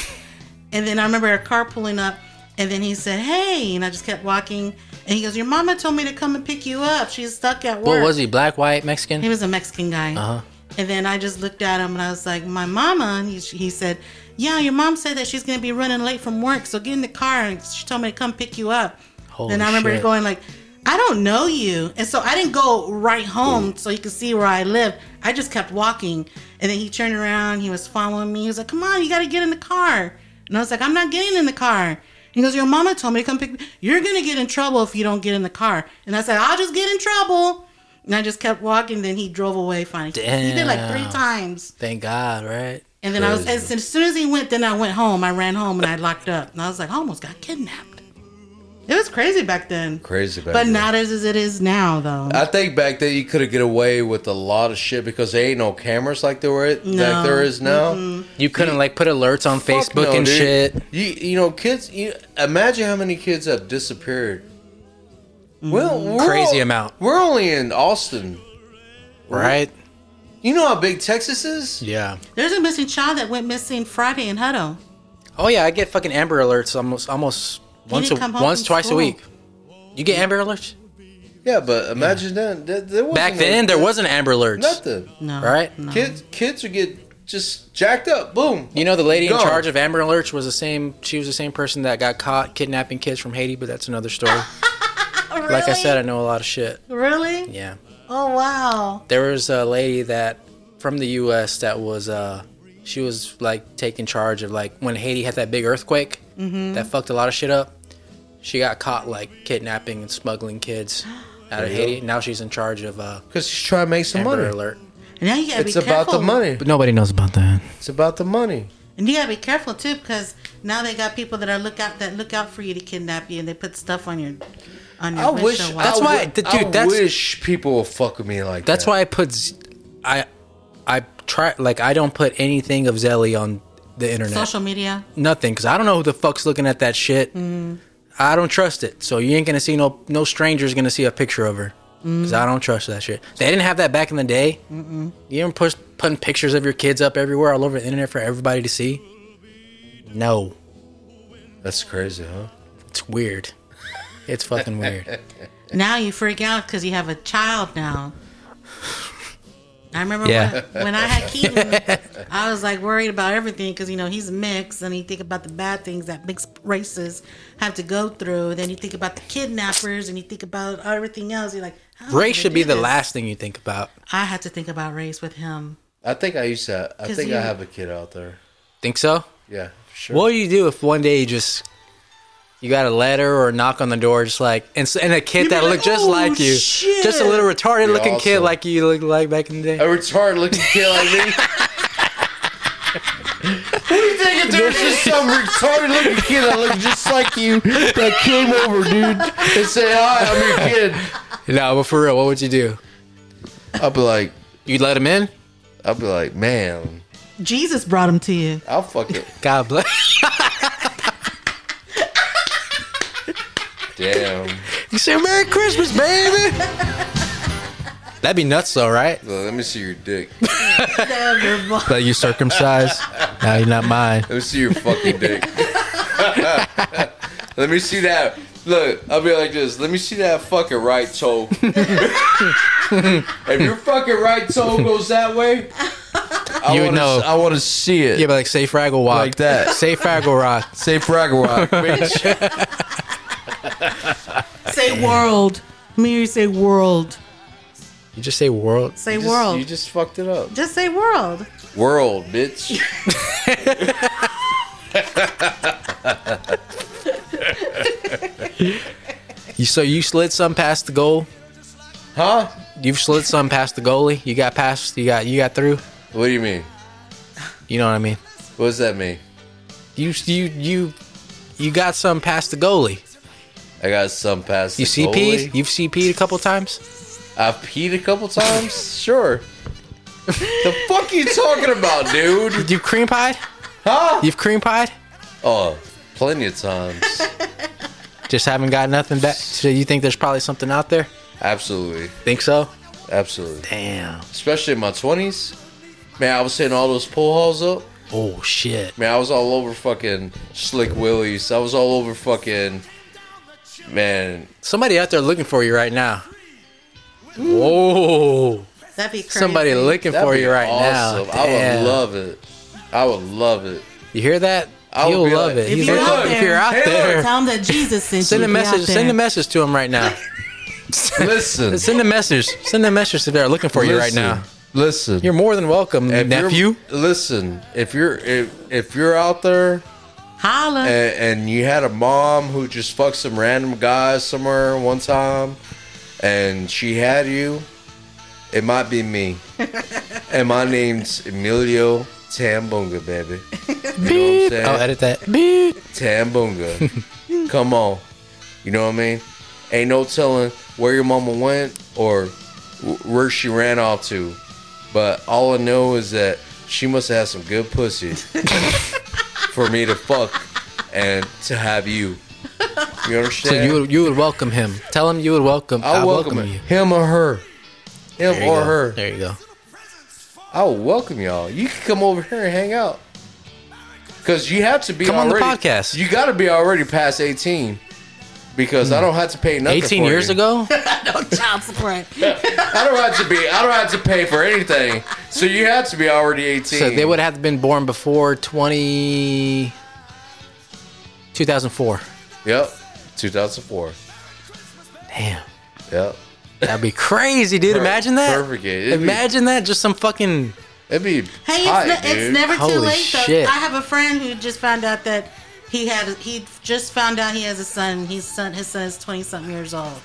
Speaker 3: and then I remember a car pulling up. And then he said, "Hey," and I just kept walking. And he goes, "Your mama told me to come and pick you up. She's stuck at work."
Speaker 1: What was he? Black, white,
Speaker 3: He
Speaker 1: Mexican?
Speaker 3: was a Mexican guy.
Speaker 1: Uh-huh.
Speaker 3: And then I just looked at him and I was like, "My mama." And he, he said, "Yeah, your mom said that she's gonna be running late from work, so get in the car." And she told me to come pick you up.
Speaker 1: Holy
Speaker 3: and I remember
Speaker 1: shit.
Speaker 3: going like, "I don't know you," and so I didn't go right home so you could see where I lived. I just kept walking. And then he turned around. He was following me. He was like, "Come on, you got to get in the car." And I was like, "I'm not getting in the car." He goes, "Your mama told me to come pick. You're gonna get in trouble if you don't get in the car." And I said, "I'll just get in trouble." And I just kept walking. Then he drove away. Finally, he did like three
Speaker 1: Damn.
Speaker 3: times.
Speaker 1: Thank God, right?
Speaker 3: And then I was as, as soon as he went, then I went home. I ran home and I locked up. And I was like, I almost got kidnapped. It was crazy back then.
Speaker 2: Crazy back
Speaker 3: But
Speaker 2: then.
Speaker 3: not as, as it is now though.
Speaker 2: I think back then you could have get away with a lot of shit because there ain't no cameras like there were
Speaker 3: No.
Speaker 2: like there is now.
Speaker 1: You couldn't like put alerts on
Speaker 2: Fuck
Speaker 1: Facebook
Speaker 2: no,
Speaker 1: and
Speaker 2: dude.
Speaker 1: shit.
Speaker 2: You you know kids. You imagine how many kids have disappeared. Well, we're
Speaker 1: Crazy
Speaker 2: o-
Speaker 1: amount.
Speaker 2: We're only in Austin.
Speaker 1: Right?
Speaker 2: You know how big Texas is.
Speaker 1: Yeah.
Speaker 3: There's a missing child that went missing Friday in Hutto.
Speaker 1: Oh yeah, I get fucking Amber Alerts almost almost once a,
Speaker 3: didn't come home
Speaker 1: once
Speaker 3: from
Speaker 1: twice
Speaker 3: school.
Speaker 1: a week. You get Amber Alerts?
Speaker 2: Yeah, but imagine that. There, there wasn't
Speaker 1: Back
Speaker 2: no-
Speaker 1: then there wasn't Amber Alerts.
Speaker 2: nothing.
Speaker 3: No.
Speaker 1: Right?
Speaker 3: No.
Speaker 2: Kids kids would get just jacked up. Boom.
Speaker 1: You know the lady in
Speaker 2: Gone.
Speaker 1: charge of Amber Alerts was the same she was the same person that got caught kidnapping kids from Haiti, but that's another story.
Speaker 3: Really?
Speaker 1: Like I said, I know a lot of shit.
Speaker 3: Really?
Speaker 1: Yeah.
Speaker 3: Oh wow.
Speaker 1: there was a lady that from the U.S. that was uh, she was like taking charge of like when Haiti had that big earthquake that fucked a lot of shit up. She got caught like kidnapping and smuggling kids out of Haiti. Now she's in charge of uh,
Speaker 2: Because she's trying to make some
Speaker 1: Amber
Speaker 2: money.
Speaker 1: Alert.
Speaker 3: Now you gotta
Speaker 2: It's
Speaker 3: be careful.
Speaker 2: about the money.
Speaker 1: But nobody knows about that.
Speaker 2: It's about the money.
Speaker 3: And you gotta be careful too, because now they got people that are look out that look out for you to kidnap you and they put stuff on your on your
Speaker 2: I wish.
Speaker 3: windshield
Speaker 1: That's
Speaker 2: I
Speaker 1: why-
Speaker 2: wi-
Speaker 1: dude,
Speaker 2: I
Speaker 1: that's-
Speaker 2: wish people would fuck with me like
Speaker 1: That's
Speaker 2: that.
Speaker 1: why I put Z- I I try like I don't put anything of Zelly on the internet.
Speaker 3: social media.
Speaker 1: nothing because I don't know who the fuck's looking at that shit. I don't trust it. So you ain't gonna see no no stranger's gonna see a picture of her because I don't trust that shit. They didn't have that back in the day. You ever push putting pictures of your kids up everywhere all over the internet for everybody to see? No,
Speaker 2: That's crazy, huh?
Speaker 1: it's weird. It's fucking weird.
Speaker 3: Now you freak out because you have a child now. I remember
Speaker 1: Yeah.
Speaker 3: when, when I had Keaton, I was like worried about everything because you know he's mixed, and you think about the bad things that mixed races have to go through. Then you think about the kidnappers, and you think about everything else. You're like, how am I
Speaker 1: Race
Speaker 3: gonna
Speaker 1: should be
Speaker 3: do
Speaker 1: the
Speaker 3: this?
Speaker 1: last thing you think about.
Speaker 3: I had to think about race with him.
Speaker 2: I think I used to. I
Speaker 3: 'Cause
Speaker 2: think
Speaker 3: you-
Speaker 2: I have a kid out there.
Speaker 1: Think so?
Speaker 2: Yeah, sure.
Speaker 1: What do you do if one day you just you got a letter or a knock on the door, just like and, s- and a kid
Speaker 3: You'd be
Speaker 1: that
Speaker 3: like,
Speaker 1: looked just
Speaker 3: "Oh,
Speaker 1: like you,
Speaker 3: shit."
Speaker 1: just a little retarded looking kid
Speaker 2: awesome.
Speaker 1: like you looked like back in the day?
Speaker 2: A retarded looking kid like me. What do you think if there's just some retarded looking kid that looked just like you that came over, dude, and said, "Hi, I'm your kid"?
Speaker 1: No, but for real, what would you do?
Speaker 2: I'll be like,
Speaker 1: You'd let him in?
Speaker 2: I'll be like, man,
Speaker 3: Jesus brought him to you.
Speaker 2: I'll fuck it.
Speaker 1: God bless.
Speaker 2: Damn.
Speaker 1: you say Merry Christmas, baby. That'd be nuts, though, right?
Speaker 2: Let me see your dick.
Speaker 1: But you circumcised. now you're not mine.
Speaker 2: Let me see your fucking dick. Let me see that. Look, I'll be like this. Let me see that fucking right toe. if your fucking right toe goes that way, I
Speaker 1: You would
Speaker 2: wanna,
Speaker 1: know.
Speaker 2: I want to see it.
Speaker 1: Yeah, but like say Fraggle Rock.
Speaker 2: Like that.
Speaker 1: Say Fraggle Rock.
Speaker 2: Say Fraggle Rock, bitch.
Speaker 3: Say world. Mary, say world.
Speaker 1: You just say world.
Speaker 3: Say
Speaker 2: You just-
Speaker 3: world.
Speaker 2: You
Speaker 3: just,
Speaker 2: just fucked it up.
Speaker 3: say world.
Speaker 2: World, bitch.
Speaker 1: You so you slid some past the goal.
Speaker 2: Huh?
Speaker 1: You've slid some past the goalie. You got past. You got. You got through.
Speaker 2: What do you mean?
Speaker 1: You know what I mean?
Speaker 2: What does that mean?
Speaker 1: You you you you got some past the goalie.
Speaker 2: I got some past.
Speaker 1: You
Speaker 2: the
Speaker 1: CP'd?
Speaker 2: goalie.
Speaker 1: You've CP'd a couple times.
Speaker 2: I've peed a couple times. sure. the fuck you talking about, dude?
Speaker 1: You've cream pied.
Speaker 2: Huh?
Speaker 1: You've cream pied.
Speaker 2: Oh, plenty of times.
Speaker 1: Just haven't got nothing back. So you think there's probably something out there?
Speaker 2: Absolutely.
Speaker 1: Think so?
Speaker 2: Absolutely.
Speaker 1: Damn.
Speaker 2: Especially in my 20s. Man, I was hitting all those pull hauls up.
Speaker 1: Oh shit.
Speaker 2: Man, I was all over fucking Slick Willies. I was all over fucking man.
Speaker 1: Somebody out there looking for you right now. Whoa.
Speaker 3: That'd be crazy.
Speaker 1: Somebody looking
Speaker 2: That'd
Speaker 1: for
Speaker 2: be
Speaker 1: you right
Speaker 2: awesome.
Speaker 1: now.
Speaker 2: I
Speaker 1: Damn.
Speaker 2: would love it. I would love it.
Speaker 1: You hear that?
Speaker 2: I would
Speaker 1: You'll
Speaker 2: be
Speaker 1: love
Speaker 2: like,
Speaker 1: it.
Speaker 2: If
Speaker 1: He's
Speaker 3: you're
Speaker 1: like,
Speaker 3: out
Speaker 1: "Look, if
Speaker 3: there,
Speaker 1: you're out
Speaker 2: hey,
Speaker 1: there,
Speaker 3: Tell him that Jesus sent
Speaker 1: send
Speaker 3: you.
Speaker 1: a
Speaker 3: Be out
Speaker 1: message.
Speaker 3: there.
Speaker 1: Send a message to him right now.
Speaker 2: Listen.
Speaker 1: Send a message. Send a message if they're looking for you right
Speaker 2: Listen.
Speaker 1: now.
Speaker 2: Listen.
Speaker 1: You're more than welcome,
Speaker 2: If you're-
Speaker 1: nephew.
Speaker 2: Listen, if you're if, if you're out there
Speaker 3: Holla.
Speaker 1: Eh.
Speaker 2: and, and you had a mom who just fucked some random guy somewhere one time, and she had you, it might be me. and my name's Emilio Tambunga, baby. You know what I'm saying?
Speaker 1: I'll edit that. Beep.
Speaker 2: Tambunga. Come on. You know what I mean? Ain't no telling where your mama went or wh- where she ran off to. But all I know is that she must have had some good pussy for me to fuck and to have you. You
Speaker 1: So
Speaker 2: understand?
Speaker 1: you would, you would welcome him. Tell him you would welcome.
Speaker 2: I'll welcome,
Speaker 1: you.
Speaker 2: him or her. Him
Speaker 1: There you
Speaker 2: or
Speaker 1: go.
Speaker 2: her.
Speaker 1: There you go.
Speaker 2: I'll welcome y'all. You can come over here and hang out. Cause you have to be
Speaker 1: Come on the
Speaker 2: already,
Speaker 1: podcast.
Speaker 2: You got to be already past eighteen, because I don't have to pay nothing.
Speaker 1: 18
Speaker 2: for
Speaker 1: Hmm. years
Speaker 2: you.
Speaker 1: ago?
Speaker 3: Child support.
Speaker 2: I don't have to be. I don't have to pay for anything. So you have to be already eighteen.
Speaker 1: So they would have been born before 20, 2004.
Speaker 2: Yep. Two thousand four.
Speaker 1: Damn.
Speaker 2: Yep.
Speaker 1: That'd be crazy, dude.
Speaker 2: Per-
Speaker 1: Imagine that.
Speaker 2: perfect. It'd be-
Speaker 1: Imagine that. Just some fucking.
Speaker 2: It'd be.
Speaker 3: Hey, it's,
Speaker 2: hot,
Speaker 3: ne- it's
Speaker 2: dude.
Speaker 3: never
Speaker 1: Holy
Speaker 3: too late
Speaker 1: shit.
Speaker 3: though. I have a friend who just found out that he had he just found out he has a son. His son his son is twenty something years old.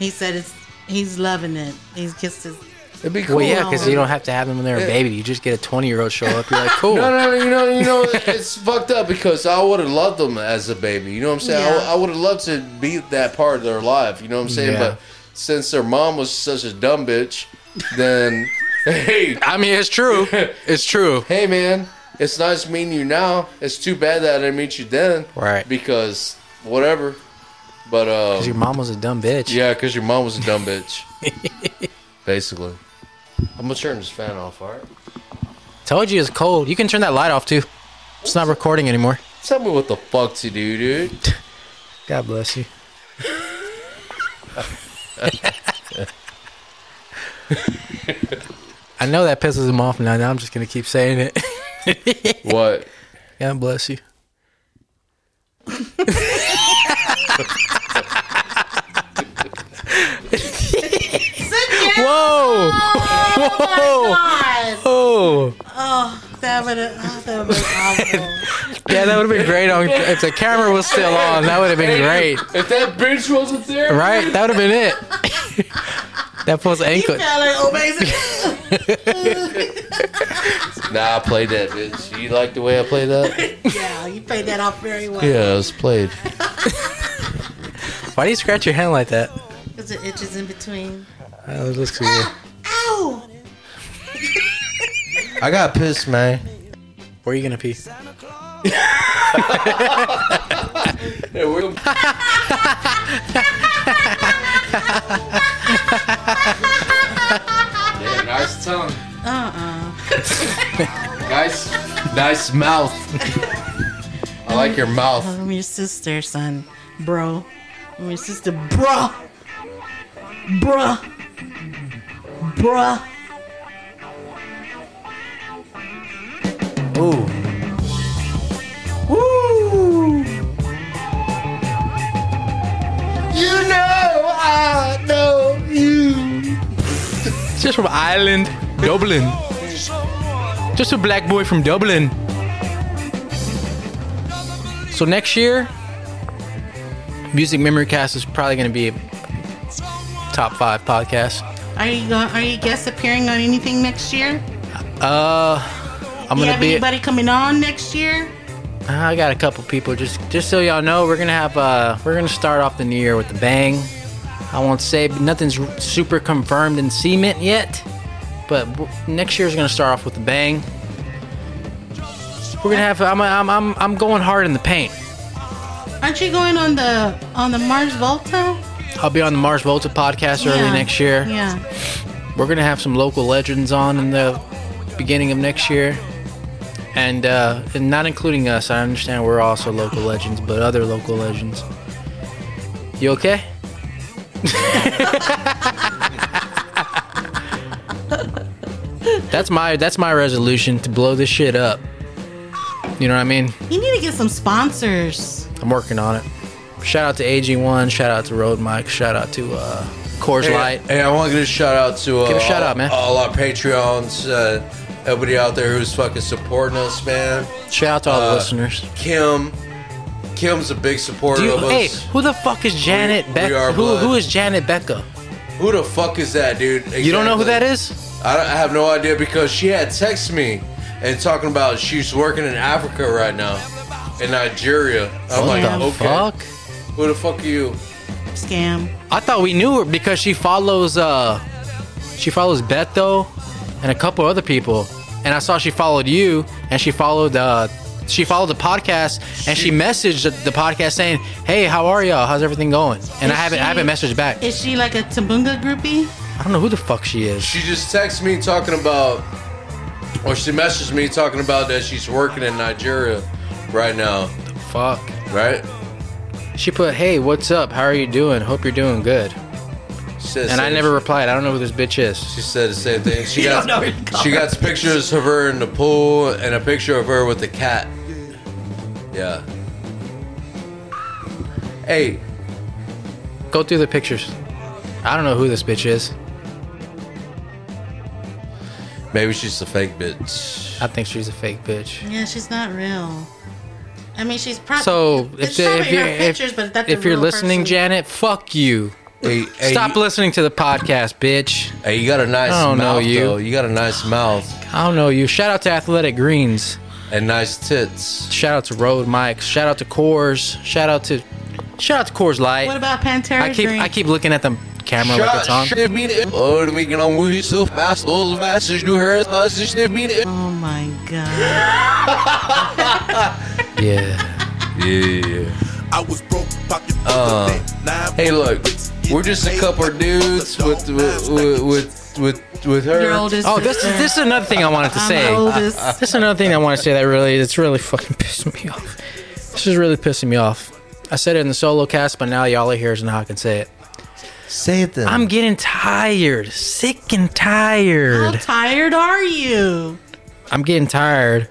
Speaker 3: He said it's he's loving it. He's kissed his
Speaker 2: It'd be cool.
Speaker 1: Well, yeah, because
Speaker 3: on.
Speaker 1: you don't have to have them when they're a baby. You just get a 20 year old show up. You're like, cool.
Speaker 2: No, no, no, you know, you know, it's fucked up because I would have loved them as a baby. You know what I'm saying?
Speaker 3: Yeah.
Speaker 2: I, would have loved to be that part of their life. You know what I'm saying?
Speaker 1: Yeah.
Speaker 2: But since their mom was such a dumb bitch, then hey,
Speaker 1: I mean, it's true. It's true.
Speaker 2: hey, man, it's nice meeting you now. It's too bad that I didn't meet you then,
Speaker 1: Right.
Speaker 2: Because whatever. But uh,
Speaker 1: 'Cause your mom was a dumb bitch.
Speaker 2: yeah, because your mom was a dumb bitch, basically. I'm gonna turn this fan off. All right.
Speaker 1: Told you it's cold. You can turn that light off too. It's not recording anymore.
Speaker 2: Tell me what the fuck to do, dude.
Speaker 1: God bless you. I know that pisses him off now. Now I'm just gonna keep saying it.
Speaker 2: What?
Speaker 1: God bless you. Whoa! Whoa!
Speaker 3: God,
Speaker 1: Oh,
Speaker 3: that would have oh, that would've been awful.
Speaker 1: yeah, that would have been great on if the camera was still on. Oh, That would have been great,
Speaker 2: If that bitch wasn't there,
Speaker 1: right? That would have been it. that fool's ankle.
Speaker 3: Felt like oh, obese.
Speaker 2: Nah, I played that, bitch. You like the way I played that?
Speaker 3: yeah, you played that off very well.
Speaker 2: Yeah, it was played.
Speaker 1: Why do you scratch your hand like that?
Speaker 3: 'Cause it itches in between.
Speaker 1: Oh, it looks weird.
Speaker 3: Ow!
Speaker 2: I got pissed, man.
Speaker 1: Where are you gonna pee?
Speaker 2: nice tongue. Uh-uh. nice, nice mouth. I like your mouth.
Speaker 3: I'm your sister, son, bro. I'm your sister, bruh, bruh, bruh.
Speaker 1: Ooh.
Speaker 3: Woo!
Speaker 2: You know I know you.
Speaker 1: Just from Ireland, Dublin. Just a black boy from Dublin. So next year, Music Memory Cast is probably going to be top five podcast.
Speaker 3: Are you going? Are you guest appearing on anything next year?
Speaker 1: Uh, I'm
Speaker 3: You
Speaker 1: gonna
Speaker 3: have
Speaker 1: be.
Speaker 3: anybody coming on next year?
Speaker 1: I got a couple people. Just just so y'all know, we're gonna have. Uh, we're gonna start off the new year with a bang. I won't say nothing's super confirmed in cement yet, but w- next year's gonna start off with a bang. We're gonna have. I'm I'm I'm, I'm going hard in the paint.
Speaker 3: Aren't you going on the on the Mars Volta?
Speaker 1: I'll be on the Mars Volta podcast early
Speaker 3: Yeah.
Speaker 1: next year.
Speaker 3: Yeah.
Speaker 1: We're gonna have some local legends on in the beginning of next year. and, uh, and not including us. I understand we're also local legends, but other local legends. You okay? that's my that's my resolution to blow this shit up. You know what I mean?
Speaker 3: You need to get some sponsors.
Speaker 1: I'm working on it. Shout out to AG1. Shout out to Road Mike. Shout out to uh, Coors
Speaker 2: Hey,
Speaker 1: Light.
Speaker 2: Hey, I want to give a shout out to uh,
Speaker 1: Give a shout
Speaker 2: all,
Speaker 1: out, man.
Speaker 2: all our Patreons, uh, everybody out there who's fucking supporting us, man.
Speaker 1: Shout out to all the
Speaker 2: uh,
Speaker 1: listeners.
Speaker 2: Kim, Kim's a big supporter
Speaker 1: Do you,
Speaker 2: of
Speaker 1: hey,
Speaker 2: us.
Speaker 1: who the fuck is Janet
Speaker 2: we
Speaker 1: Becca?
Speaker 2: are
Speaker 1: Who,
Speaker 2: blood.
Speaker 1: who is Janet Becca?
Speaker 2: Who the fuck is that, dude?
Speaker 1: You don't know who that
Speaker 2: Exactly.
Speaker 1: is?
Speaker 2: I, don't, I have no idea because she had texted me and talking about she's working in Africa right now, in Nigeria. I'm
Speaker 1: what
Speaker 2: like,
Speaker 1: the
Speaker 2: Oh okay,
Speaker 1: fuck?
Speaker 2: who the fuck are you?
Speaker 3: Scam.
Speaker 1: I thought we knew her because she follows uh she follows Beto and a couple other people. And I saw she followed you and she followed uh she followed the podcast and she
Speaker 2: She-
Speaker 1: messaged the- the podcast saying, "Hey, how are y'all? How's everything going?" And I
Speaker 3: Is
Speaker 1: haven't I
Speaker 3: she-
Speaker 1: haven't messaged back.
Speaker 3: Is she like a Tabunga groupie?
Speaker 1: I don't know who the fuck she is.
Speaker 2: She just texted me talking about, or she messaged me talking about that she's working in Nigeria right now,
Speaker 1: Fuck.
Speaker 2: right?
Speaker 1: She put, "Hey, what's up? How are you doing? Hope you're doing good."
Speaker 2: She said
Speaker 1: And I
Speaker 2: same-
Speaker 1: never replied. I don't know who this bitch is.
Speaker 2: She said the same thing. She
Speaker 3: You
Speaker 2: got
Speaker 3: don't know who you call
Speaker 2: she
Speaker 3: her.
Speaker 2: got pictures of her in the pool and a picture of her with the cat. Yeah. Hey,
Speaker 1: Go through the pictures. I don't know who this bitch is.
Speaker 2: Maybe she's a fake bitch.
Speaker 1: I think she's a fake bitch.
Speaker 3: Yeah, she's not real. I mean, she's probably
Speaker 1: So if,
Speaker 3: it's
Speaker 1: the,
Speaker 3: probably
Speaker 1: if you're
Speaker 3: her pictures,
Speaker 1: if,
Speaker 3: but that's
Speaker 1: if
Speaker 3: a
Speaker 1: you're
Speaker 3: real
Speaker 1: listening,
Speaker 3: person.
Speaker 1: Janet, fuck you.
Speaker 2: Hey, hey,
Speaker 1: Stop
Speaker 2: you,
Speaker 1: listening to the podcast, bitch.
Speaker 2: Hey, you got a nice
Speaker 1: I don't know
Speaker 2: mouth
Speaker 1: you.
Speaker 2: though. You got a nice mouth
Speaker 1: I don't know you. Shout out to Athletic Greens.
Speaker 2: and nice tits.
Speaker 1: Shout out to Road Mike. Shout out to Coors. Shout out to shout out to Coors Light.
Speaker 3: What about Pantera?
Speaker 1: I keep
Speaker 3: drink?
Speaker 1: I keep looking at the camera like it's on.
Speaker 2: Oh, we can on with you so fast. All the masters do her masters shit mean it.
Speaker 3: Oh my god.
Speaker 1: Yeah.
Speaker 2: Yeah.
Speaker 6: I was broke, pocket full
Speaker 2: Uh,
Speaker 6: of that nine
Speaker 2: Hey, look, we're just a couple of dudes with with with with, with her.
Speaker 3: Your oldest.
Speaker 1: Oh, this is
Speaker 3: sister.
Speaker 1: this is another thing I wanted to
Speaker 3: I'm
Speaker 1: say.
Speaker 3: the oldest.
Speaker 1: This is another thing I want to say that really it's really fucking pissing me off. This is really pissing me off. I said it in the solo cast, but now y'all are here is now I can say it.
Speaker 2: Say it then.
Speaker 1: I'm getting tired, sick and
Speaker 3: How
Speaker 1: tired.
Speaker 3: tired are you?
Speaker 1: I'm getting tired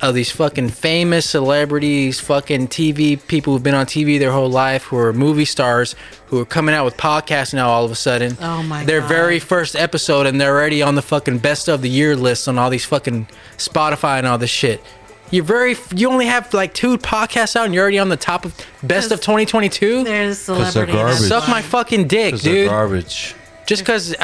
Speaker 1: of these fucking famous celebrities, fucking TV people who've been on TV their whole life, who are movie stars, who are coming out with podcasts now all of a sudden.
Speaker 3: Oh my
Speaker 1: Their
Speaker 3: God.
Speaker 1: very first episode, and they're already on the fucking best of the year list on all these fucking Spotify and all this shit. You're very, you only have like two podcasts out, and you're already on the top of best of 2022.
Speaker 3: There's a
Speaker 2: they're
Speaker 3: celebrity.
Speaker 2: garbage.
Speaker 3: That's
Speaker 1: Suck
Speaker 3: why.
Speaker 1: my fucking dick, dude.
Speaker 2: garbage.
Speaker 1: Just because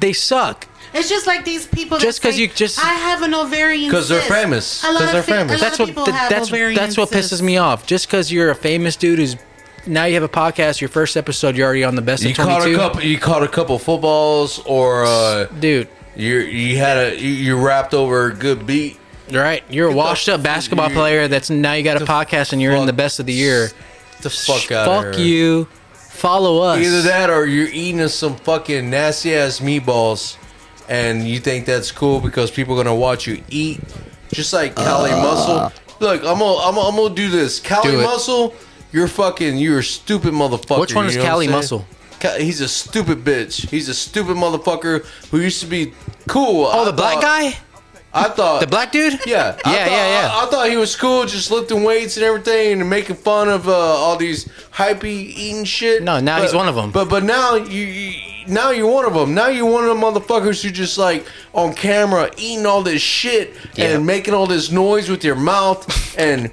Speaker 1: they suck.
Speaker 3: It's just like these people. that
Speaker 1: Just 'cause
Speaker 3: say,
Speaker 1: you just-
Speaker 3: I have an ovarian.
Speaker 2: 'Cause they're
Speaker 3: cyst."
Speaker 2: famous.
Speaker 3: A lot
Speaker 2: 'Cause
Speaker 3: of
Speaker 2: they're
Speaker 3: fi- a
Speaker 2: famous.
Speaker 3: lot
Speaker 1: that's
Speaker 3: of
Speaker 1: what
Speaker 3: people
Speaker 1: th-
Speaker 3: have
Speaker 1: that's
Speaker 3: ovarian
Speaker 1: that's what
Speaker 3: cysts.
Speaker 1: pisses me off. Just because you're a famous dude who's now you have a podcast, your first episode, you're already on the best
Speaker 2: You
Speaker 1: of
Speaker 2: caught a
Speaker 1: 22.
Speaker 2: couple. You caught a couple footballs, or uh,
Speaker 1: Dude,
Speaker 2: you you had a you, you wrapped over a good beat.
Speaker 1: right? You're a
Speaker 2: the
Speaker 1: washed up
Speaker 2: f-
Speaker 1: basketball
Speaker 2: you-
Speaker 1: player that's now you got a
Speaker 2: the
Speaker 1: podcast and you're in the best of the year.
Speaker 2: The fuck out
Speaker 1: Fuck you. Follow us.
Speaker 2: Either that, or you're eating some fucking nasty ass meatballs, and you think that's cool because people are gonna watch you eat, just like Cali Muscle. Look, I'm gonna I'm gonna, I'm gonna do this. Cali
Speaker 1: Uh. Do it.
Speaker 2: Muscle, you're fucking you're a stupid motherfucker.
Speaker 1: Which one
Speaker 2: you
Speaker 1: is
Speaker 2: know what I'm
Speaker 1: Cali
Speaker 2: saying?
Speaker 1: Muscle?
Speaker 2: Ca- He's a stupid bitch. He's a stupid motherfucker who used to be cool.
Speaker 1: Oh, the black guy?
Speaker 2: I thought
Speaker 1: The black dude?
Speaker 2: yeah,
Speaker 1: Yeah,
Speaker 2: I thought,
Speaker 1: yeah, yeah.
Speaker 2: I, I thought he was cool, just lifting weights and everything, and making fun of uh, all these hypey eating shit.
Speaker 1: No, now
Speaker 2: But-
Speaker 1: he's one of 'em.
Speaker 2: But but now you, you now you're one of them. Now you're one of them motherfuckers who just like on camera eating all this shit
Speaker 1: Yeah.
Speaker 2: and making all this noise with your mouth and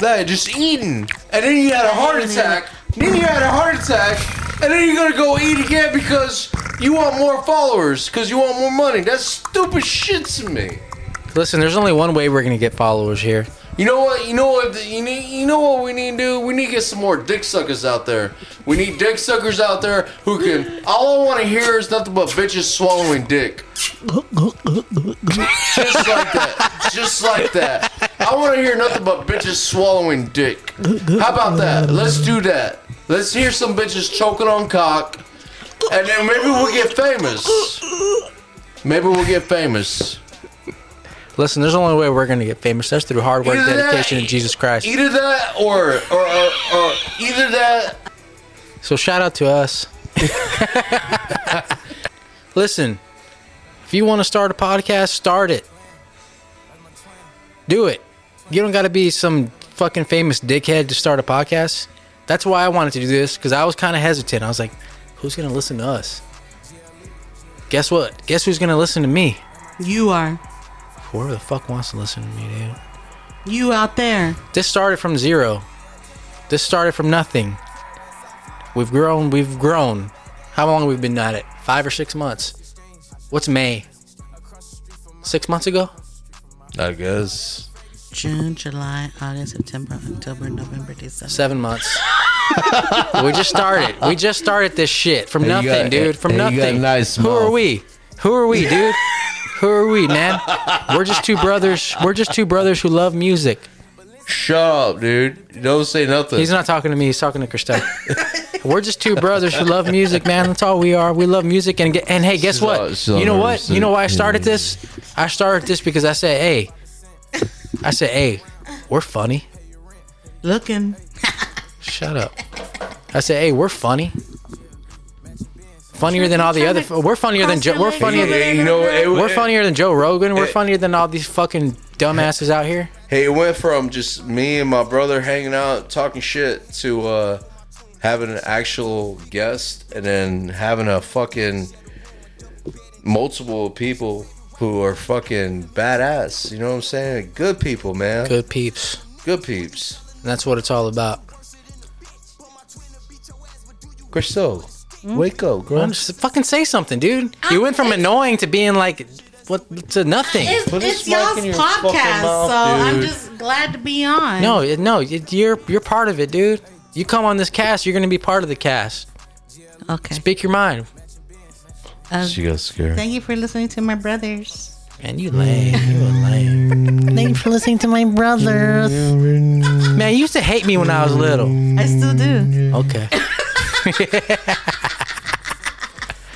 Speaker 2: that just eating, and then you had a heart attack. Then you had a heart attack, and then you're gonna go eat again because you want more followers, because you want more money. That's stupid shit to me.
Speaker 1: Listen, there's only one way we're going to get followers here.
Speaker 2: You know what? You know what? You need. You know what we need to do? We need to get some more dick suckers out there. We need dick suckers out there who can. All I want to hear is nothing but bitches swallowing dick. Just like that. Just like that. I want to hear nothing but bitches swallowing dick. How about that? Let's do that. Let's hear some bitches choking on cock, and then maybe we'll get famous. Maybe we'll get famous.
Speaker 1: Listen, there's only way we're gonna get famous. That's through hard work,
Speaker 2: Either that-
Speaker 1: dedication, and Jesus Christ.
Speaker 2: Either that or or, or, or either that.
Speaker 1: So shout out to us. Listen, if you want to start a podcast, start it. Do it. You don't got to be some fucking famous dickhead to start a podcast. That's why I wanted to do this because I was kind of hesitant. I was like, who's going to listen to us? Guess what? Guess who's going to listen to me?
Speaker 3: You are.
Speaker 1: Whoever the fuck wants to listen to me, dude.
Speaker 3: You out there.
Speaker 1: This started from zero. This started from nothing. We've grown, we've grown. How long we've been at it? Five or six months. What's May? Six months ago?
Speaker 2: I guess.
Speaker 3: June, July, August, September, October, November, December.
Speaker 1: Seven months. we just started. We just started this shit from
Speaker 2: Hey,
Speaker 1: nothing,
Speaker 2: you got-
Speaker 1: dude. From
Speaker 2: hey, you got a
Speaker 1: nothing.
Speaker 2: nice
Speaker 1: Who are
Speaker 2: mouth.
Speaker 1: we? Who are we, dude? Who are we, man? We're just two brothers. We're just two brothers who love music.
Speaker 2: Shut up, dude. Don't say nothing.
Speaker 1: He's not talking to me. He's talking to Christelle. We're just two brothers who love music, man. That's all we are. We love music, and get, and hey, guess
Speaker 2: all-
Speaker 1: what?
Speaker 2: she's all
Speaker 1: You know
Speaker 2: nervous
Speaker 1: what? You know why I
Speaker 2: and-
Speaker 1: started this? I started this because I said, hey, I said, hey, we're funny.
Speaker 3: Looking.
Speaker 1: Shut up. I said, hey, we're funny. Funnier than all the other. We're funnier than Joe. We're funnier. Than,
Speaker 2: Hey, you know, it,
Speaker 1: we're
Speaker 2: it-
Speaker 1: funnier than Joe Rogan. We're funnier than all these fucking dumbasses out here.
Speaker 2: Hey, it went from just me and my brother hanging out talking shit to uh, having an actual guest and then having a fucking multiple people who are fucking badass. You know what I'm saying? Good people, man. Good,
Speaker 1: Good peeps.
Speaker 2: peeps.
Speaker 1: And that's what it's all about.
Speaker 2: Crystal,
Speaker 1: Hmm?
Speaker 2: wake up, girl.
Speaker 1: Well, just fucking say something, dude. You went from annoying to being like, what to nothing.
Speaker 3: It's,
Speaker 2: Put a
Speaker 3: it's
Speaker 2: smack
Speaker 3: y'all's
Speaker 2: in your fucking
Speaker 3: podcast,
Speaker 2: mouth,
Speaker 3: so I'm
Speaker 2: dude.
Speaker 3: just glad to be on.
Speaker 1: No, it- no, it- you're you're part of it, dude. You come on this cast, you're gonna be part of the cast.
Speaker 3: Okay.
Speaker 1: Speak your mind,
Speaker 3: Uh,
Speaker 2: She got scared.
Speaker 3: thank you for listening to my brothers.
Speaker 1: man. You lame, you a lame.
Speaker 3: Thank you for listening to my brothers.
Speaker 1: Man, you used to hate me when I was little.
Speaker 3: I still do.
Speaker 1: Okay,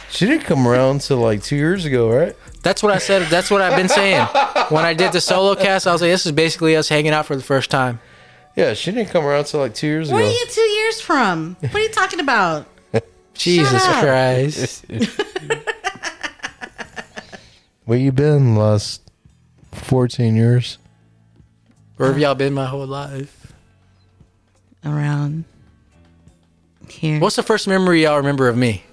Speaker 2: She didn't come around till like two years ago, right?
Speaker 1: that's what I said. That's what I've been saying. When I did the solo cast, I was like, this is basically us hanging out for the first time.
Speaker 2: Yeah, she didn't come around till like two years
Speaker 3: Where are
Speaker 2: ago.
Speaker 3: you two years from? What are you talking about?
Speaker 1: Jesus
Speaker 3: up.
Speaker 1: Christ.
Speaker 2: Where you been the last fourteen years?
Speaker 1: Where have y'all been my whole life?
Speaker 3: Around here.
Speaker 1: What's the first memory y'all remember of me?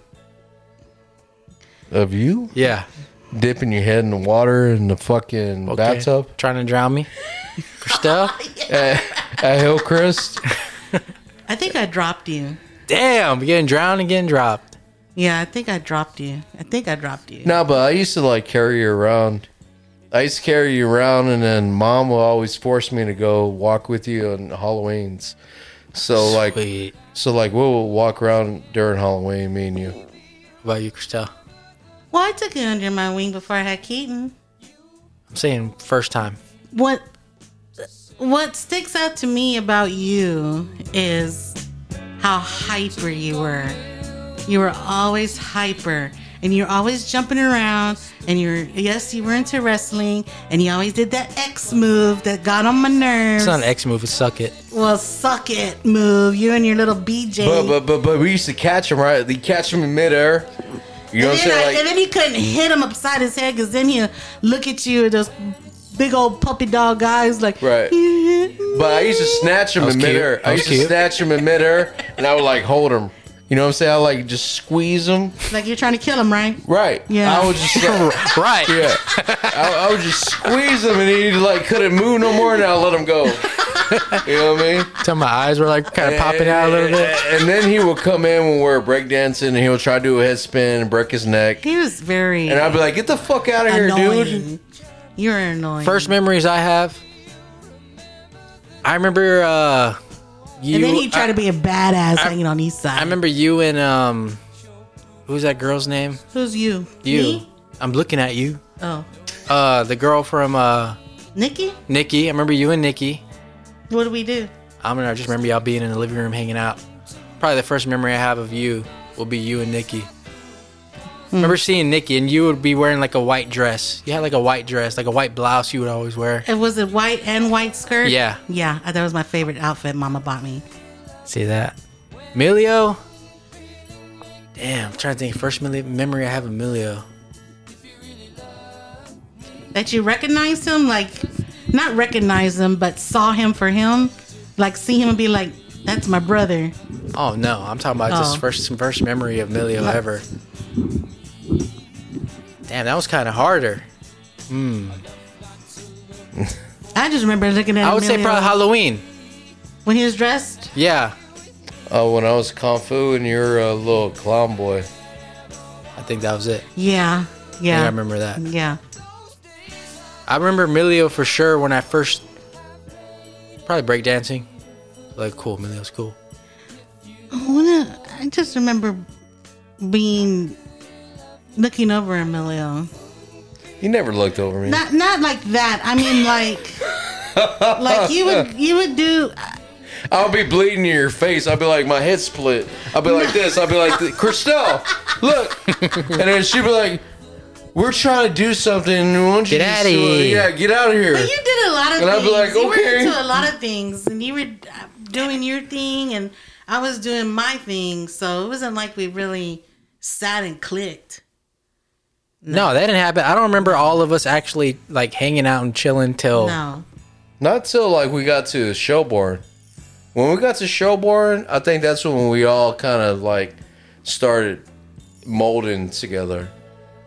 Speaker 2: Of you?
Speaker 1: Yeah.
Speaker 2: dipping your head in the water in the fucking
Speaker 1: Okay.
Speaker 2: bathtub
Speaker 1: Trying to drown me? Christelle?
Speaker 2: at Hillcrest.
Speaker 3: I think I dropped you.
Speaker 1: Damn, getting drowned and getting dropped.
Speaker 3: Yeah, I think I dropped you. I think I dropped you.
Speaker 2: no, but I used to like carry you around. I used to carry you around, and then mom would always force me to go walk with you on Halloween's. So like,
Speaker 1: Wait,
Speaker 2: so like we'll walk around during Halloween, me and you.
Speaker 1: what about you, Christelle?
Speaker 3: Well, I took you under my wing before I had Keaton.
Speaker 1: I'm saying first time.
Speaker 3: What what sticks out to me about you is how hyper you were. You were always hyper and you're always jumping around and you're yes, you were into wrestling and you always did that X move that got on my nerves.
Speaker 1: It's not an X move, it's suck it.
Speaker 3: well, suck it move. You and your little BJ.
Speaker 2: But but but but we used to catch him right. They catch him in midair. You know
Speaker 3: and,
Speaker 2: what I'm
Speaker 3: then I,
Speaker 2: saying?
Speaker 3: and
Speaker 2: Like,
Speaker 3: then he couldn't hit him upside his head because then he'll look at you with those big old puppy dog eyes like,
Speaker 2: Right. but I used to snatch him
Speaker 1: was
Speaker 2: in
Speaker 1: cute.
Speaker 2: midair.
Speaker 1: That
Speaker 2: I
Speaker 1: was
Speaker 2: used to
Speaker 1: cute.
Speaker 2: snatch him in midair, and I would like hold him. You know what I'm saying? I like just squeeze him.
Speaker 3: like you're trying to kill him, right?
Speaker 2: Right.
Speaker 3: Yeah.
Speaker 2: I would just like,
Speaker 1: Right.
Speaker 2: yeah. I, I would just squeeze him and he like couldn't move no more and I let him go. You know what I mean?
Speaker 1: Till my eyes were like kind of popping out a little bit.
Speaker 2: And then he would come in when we are breakdancing and he'll try to do a head spin and break his neck.
Speaker 3: He was very
Speaker 2: And I'd be like, get the fuck out of here, dude.
Speaker 3: annoying. You're annoying.
Speaker 1: First memories I have. I remember uh you
Speaker 3: and then he tried
Speaker 1: I,
Speaker 3: to be a badass hanging on East Side.
Speaker 1: I remember you and um who's that girl's name?
Speaker 3: Who's you?
Speaker 1: You.
Speaker 3: Me?
Speaker 1: I'm looking at you.
Speaker 3: Oh,
Speaker 1: Uh the girl from uh
Speaker 3: Nikki.
Speaker 1: Nikki. I remember you and Nikki.
Speaker 3: What do we do?
Speaker 1: I mean, I just remember y'all being in the living room hanging out. Probably the first memory I have of you will be you and Nikki. Remember seeing Nikki and you would be wearing like a white dress. You had like a white dress, like a white blouse you would always wear.
Speaker 3: It was a white and white skirt.
Speaker 1: Yeah.
Speaker 3: Yeah. That was my favorite outfit Mama bought me.
Speaker 1: See that? Emilio? Damn, I'm trying to think. First mili- memory I have of Emilio.
Speaker 3: That you recognized him, like not recognize him, but saw him for him, like see him and be like, "That's my brother."
Speaker 1: Oh no, I'm talking about just
Speaker 3: Oh.
Speaker 1: first first memory of Emilio ever. Damn, that was kind of harder.
Speaker 3: I just remember looking at.
Speaker 1: I would say
Speaker 3: Emilio
Speaker 1: probably Halloween.
Speaker 3: when he was dressed.
Speaker 1: Yeah,
Speaker 2: Oh, when I was kung fu and you were a little clown boy.
Speaker 1: I think that was it.
Speaker 3: Yeah. Yeah.
Speaker 1: I remember that.
Speaker 3: Yeah.
Speaker 1: I remember Emilio for sure when I first probably breakdancing. Like cool, Emilio's cool.
Speaker 3: I wanna- I just remember being looking over Emilio.
Speaker 2: You never looked over me.
Speaker 3: Not not like that. I mean like like you would you would do
Speaker 2: I'll be bleeding in your face. I'll be like, my head split. I'll be like this. I'll be like, this. Christelle, look. And then she'd be like, we're trying to do something. Won't you
Speaker 1: Get
Speaker 2: just-
Speaker 1: outta here.
Speaker 2: Yeah, get out of here.
Speaker 3: But you did a lot of
Speaker 2: And I'd
Speaker 3: things.
Speaker 2: be like,
Speaker 3: you were
Speaker 2: okay.
Speaker 3: into a lot of things, and you were uh, doing your thing, and I was doing my thing. So it wasn't like we really sat and clicked.
Speaker 1: No, that didn't happen. I don't remember all of us actually like hanging out and chilling
Speaker 2: Oh.
Speaker 1: till
Speaker 3: No,
Speaker 2: Not till like we got to Shelbourne. When we got to Shelbourne, I think that's when we all kind of like started molding together.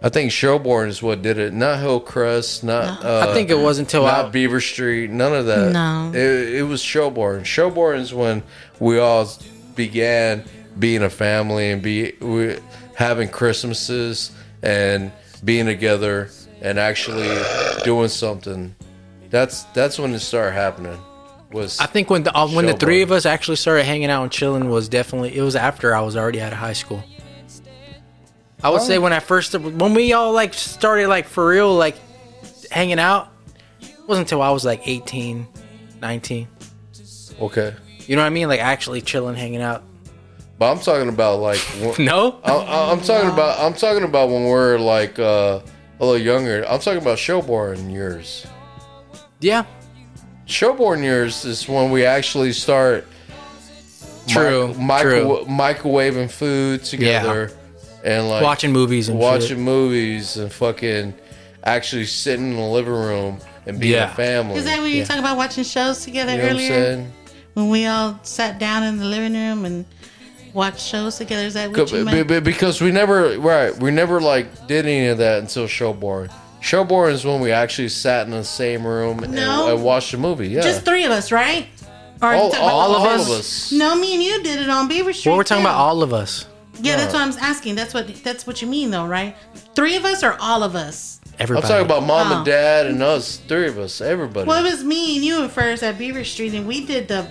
Speaker 2: I think Shelbourne is what did it. Not Hillcrest, not uh,
Speaker 1: I think it wasn't till I,
Speaker 2: not Beaver Street, none of that.
Speaker 3: No.
Speaker 2: It, it was Shelbourne. Shelbourne is when we all began being a family and be we, having Christmases and being together and actually doing something. That's that's when it started happening. Was
Speaker 1: I think when the uh, when the
Speaker 2: Showboy.
Speaker 1: three of us actually started hanging out and chilling was definitely it was after I was already out of high school. I would say when I first when we all like started like for real like hanging out it wasn't until I was like 18, 19.
Speaker 2: okay,
Speaker 1: You know what I mean? Like actually chilling, hanging out.
Speaker 2: but I'm talking about like when-
Speaker 1: No?
Speaker 2: I, I, I'm talking about I'm talking about when we're like uh, a little younger. I'm talking about Shelbourne years.
Speaker 1: Yeah.
Speaker 2: Showborn years is when we actually start
Speaker 1: True,
Speaker 2: micro- microwaving food together and like
Speaker 1: Watching movies and
Speaker 2: watching
Speaker 1: shit.
Speaker 2: movies and fucking actually sitting in the living room and being
Speaker 1: Yeah.
Speaker 2: a family.
Speaker 3: is that when you
Speaker 1: Yeah.
Speaker 3: talk about watching shows together
Speaker 2: you know what I'm
Speaker 3: earlier?
Speaker 2: saying?
Speaker 3: When we all sat down in the living room and watched shows together. Is that what
Speaker 2: Be- be-
Speaker 3: you meant?
Speaker 2: be- because we never right, we never like did any of that until Showborn. Showborn is when we actually sat in the same room
Speaker 3: No.
Speaker 2: and, and watched a movie. Yeah,
Speaker 3: Just three of us, right? Or are you
Speaker 2: all,
Speaker 3: talking about
Speaker 2: all,
Speaker 3: the
Speaker 2: all
Speaker 3: whole-
Speaker 2: of us.
Speaker 3: No, me and you did it on Beaver Street.
Speaker 1: Well, we're talking
Speaker 3: too.
Speaker 1: about all of us.
Speaker 3: Yeah, that's what I'm asking. That's what that's what you mean though, right? Three of us or all of us?
Speaker 1: Everybody.
Speaker 2: I'm talking about mom
Speaker 3: Oh.
Speaker 2: and dad and us, three of us, everybody.
Speaker 3: Well, it was me and you at first at Beaver Street, and we did the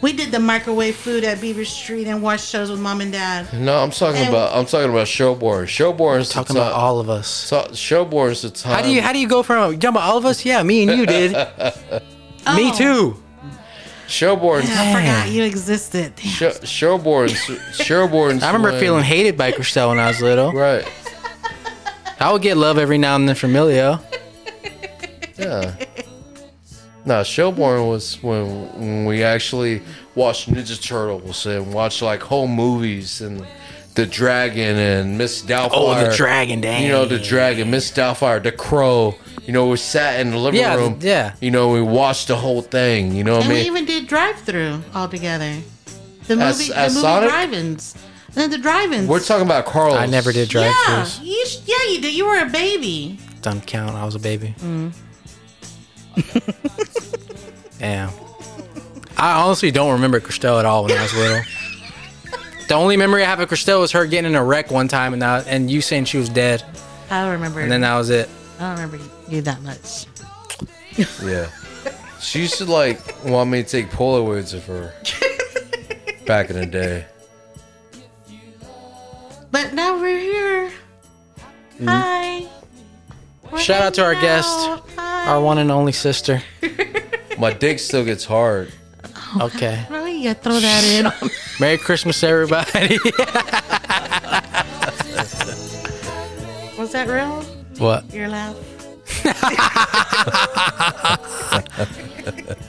Speaker 3: we did the microwave food at Beaver Street and watched shows with mom and dad.
Speaker 1: Mm.
Speaker 2: No, I'm talking
Speaker 3: And-
Speaker 2: about I'm talking about Showborn. Showborn's the
Speaker 1: talking about
Speaker 2: time-
Speaker 1: all of us.
Speaker 2: so, Showborn's the time.
Speaker 1: How do you how do you go from you talking about all of us? Yeah, me and you did. Me
Speaker 3: Oh.
Speaker 1: too.
Speaker 2: Showborn's
Speaker 3: I forgot
Speaker 1: Man.
Speaker 3: you existed.
Speaker 2: Sho- Showborn's Showborn's.
Speaker 1: I remember
Speaker 2: when-
Speaker 1: feeling hated by Christelle when I was little.
Speaker 2: right.
Speaker 1: I would get love every now and then from Emilio.
Speaker 2: Yeah. No, Showborn was when when we actually watched Ninja Turtles and watched like whole movies and the Dragon and Miss Doubtfire.
Speaker 1: Oh, the dragon, damn.
Speaker 2: You know the dragon, Miss Doubtfire, the crow. You know we sat in the living
Speaker 1: Yeah,
Speaker 2: room.
Speaker 1: yeah.
Speaker 2: You know we watched the whole thing. You know what I
Speaker 3: And we
Speaker 2: mean?
Speaker 3: even did drive through all together. The
Speaker 2: As-
Speaker 3: movie,
Speaker 2: as
Speaker 3: the movie
Speaker 2: Sonic?
Speaker 3: drive-ins. No, the drive-ins.
Speaker 2: We're talking about Carlos.
Speaker 1: I never did drive
Speaker 3: yeah,
Speaker 1: throughs.
Speaker 3: you, sh- yeah, you did. You were a baby.
Speaker 1: Don't count. I was a baby. Damn. I honestly don't remember Christelle at all when I was little. The only memory I have of Christelle was her getting in a wreck one time and I, and you saying she was dead,
Speaker 3: I don't remember.
Speaker 1: and then that was it.
Speaker 3: I don't remember you that much.
Speaker 2: Yeah. She used to like want me to take Polaroids of her back in the day.
Speaker 3: But now we're here. Hi. We're
Speaker 1: Mm. Shout out to our
Speaker 3: hanging
Speaker 1: guest,
Speaker 3: out. Hi.
Speaker 1: Our one and only sister.
Speaker 2: My dick still gets hard.
Speaker 1: Okay.
Speaker 3: Why you gotta throw that in?
Speaker 1: Merry Christmas, everybody.
Speaker 3: that real?
Speaker 1: What?
Speaker 3: Your laugh.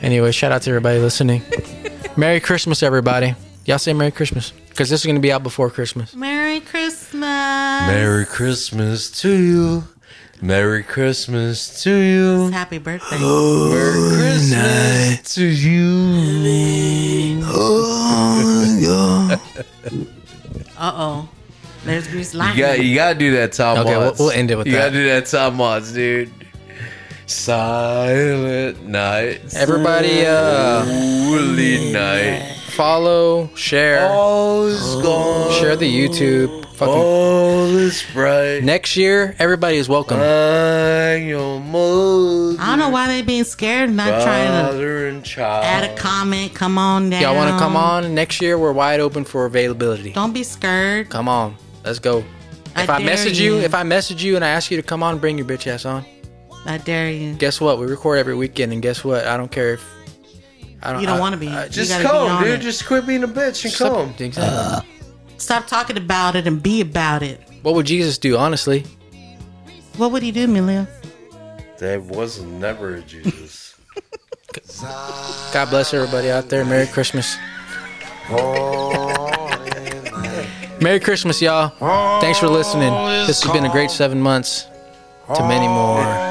Speaker 1: Anyway, shout out to everybody listening. Merry Christmas, everybody. Y'all say Merry Christmas because this is going to be out before Christmas.
Speaker 3: Merry Christmas.
Speaker 2: Merry Christmas to you. Merry Christmas to you.
Speaker 3: Happy birthday.
Speaker 2: Merry Christmas to you.
Speaker 3: Uh oh. There's Grease
Speaker 2: You got
Speaker 3: Lightning.
Speaker 2: you gotta do that Tom
Speaker 1: Okay,
Speaker 2: Watts.
Speaker 1: we'll- we'll end it with
Speaker 2: you
Speaker 1: that.
Speaker 2: gotta do that Tom Watts, dude. Silent night.
Speaker 1: Everybody, uh,
Speaker 2: Holy night.
Speaker 1: follow, share,
Speaker 2: All is gone.
Speaker 1: Oh. share the YouTube.
Speaker 3: Oh.
Speaker 1: Fucking
Speaker 2: All is bright.
Speaker 1: next year, everybody is welcome.
Speaker 2: I'm your mother.
Speaker 3: I don't know why they being scared and not trying to
Speaker 2: Father and child.
Speaker 3: add a comment. Come on down.
Speaker 1: Y'all want to come on next year? We're wide open for availability.
Speaker 3: Don't be scared.
Speaker 1: Come on, let's go.
Speaker 3: I
Speaker 1: If I,
Speaker 3: dare
Speaker 1: message you,
Speaker 3: you.
Speaker 1: if I message you and I ask you to come on, bring your bitch ass on.
Speaker 3: I dare you.
Speaker 1: Guess what? We record every weekend, and guess what? I don't care if I don't.
Speaker 3: You don't
Speaker 1: I-
Speaker 3: want to be.
Speaker 1: I-
Speaker 3: You
Speaker 2: Just
Speaker 3: gotta be
Speaker 2: come,
Speaker 3: on
Speaker 2: dude.
Speaker 3: it.
Speaker 2: Just quit being a bitch and
Speaker 1: Stop-
Speaker 2: come.
Speaker 1: Exactly.
Speaker 3: Stop talking about it and be about it.
Speaker 1: What would Jesus do? Honestly,
Speaker 3: What would he do, Milia?
Speaker 2: There was never a Jesus.
Speaker 1: God bless everybody out there. Merry Christmas. Merry Christmas, y'all. Thanks for listening. This has been a great seven months to many more.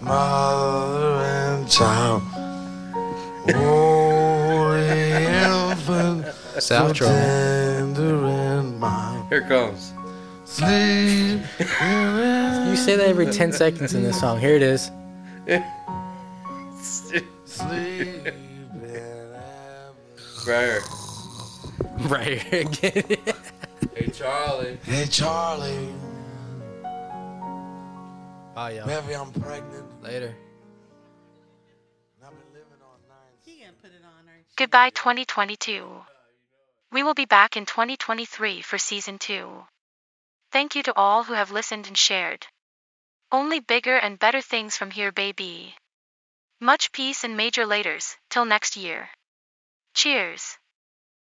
Speaker 7: mother and child. Holy infant,
Speaker 1: South Troll.
Speaker 7: tender and mild.
Speaker 2: Here it comes.
Speaker 7: Sleep
Speaker 1: You say that every 10 seconds in this song. Here it is.
Speaker 7: sleep.
Speaker 2: Right here.
Speaker 1: Right here again.
Speaker 2: Hey, Charlie.
Speaker 7: Hey Charlie,
Speaker 1: Bye, y'all.
Speaker 7: baby, I'm pregnant.
Speaker 1: Later.
Speaker 7: and I've been living on nine.
Speaker 8: Goodbye 2022. We will be back in 2023 for season 2. Thank you to all who have listened and shared. Only bigger and better things from here, baby. Much peace and major laters, till next year. Cheers.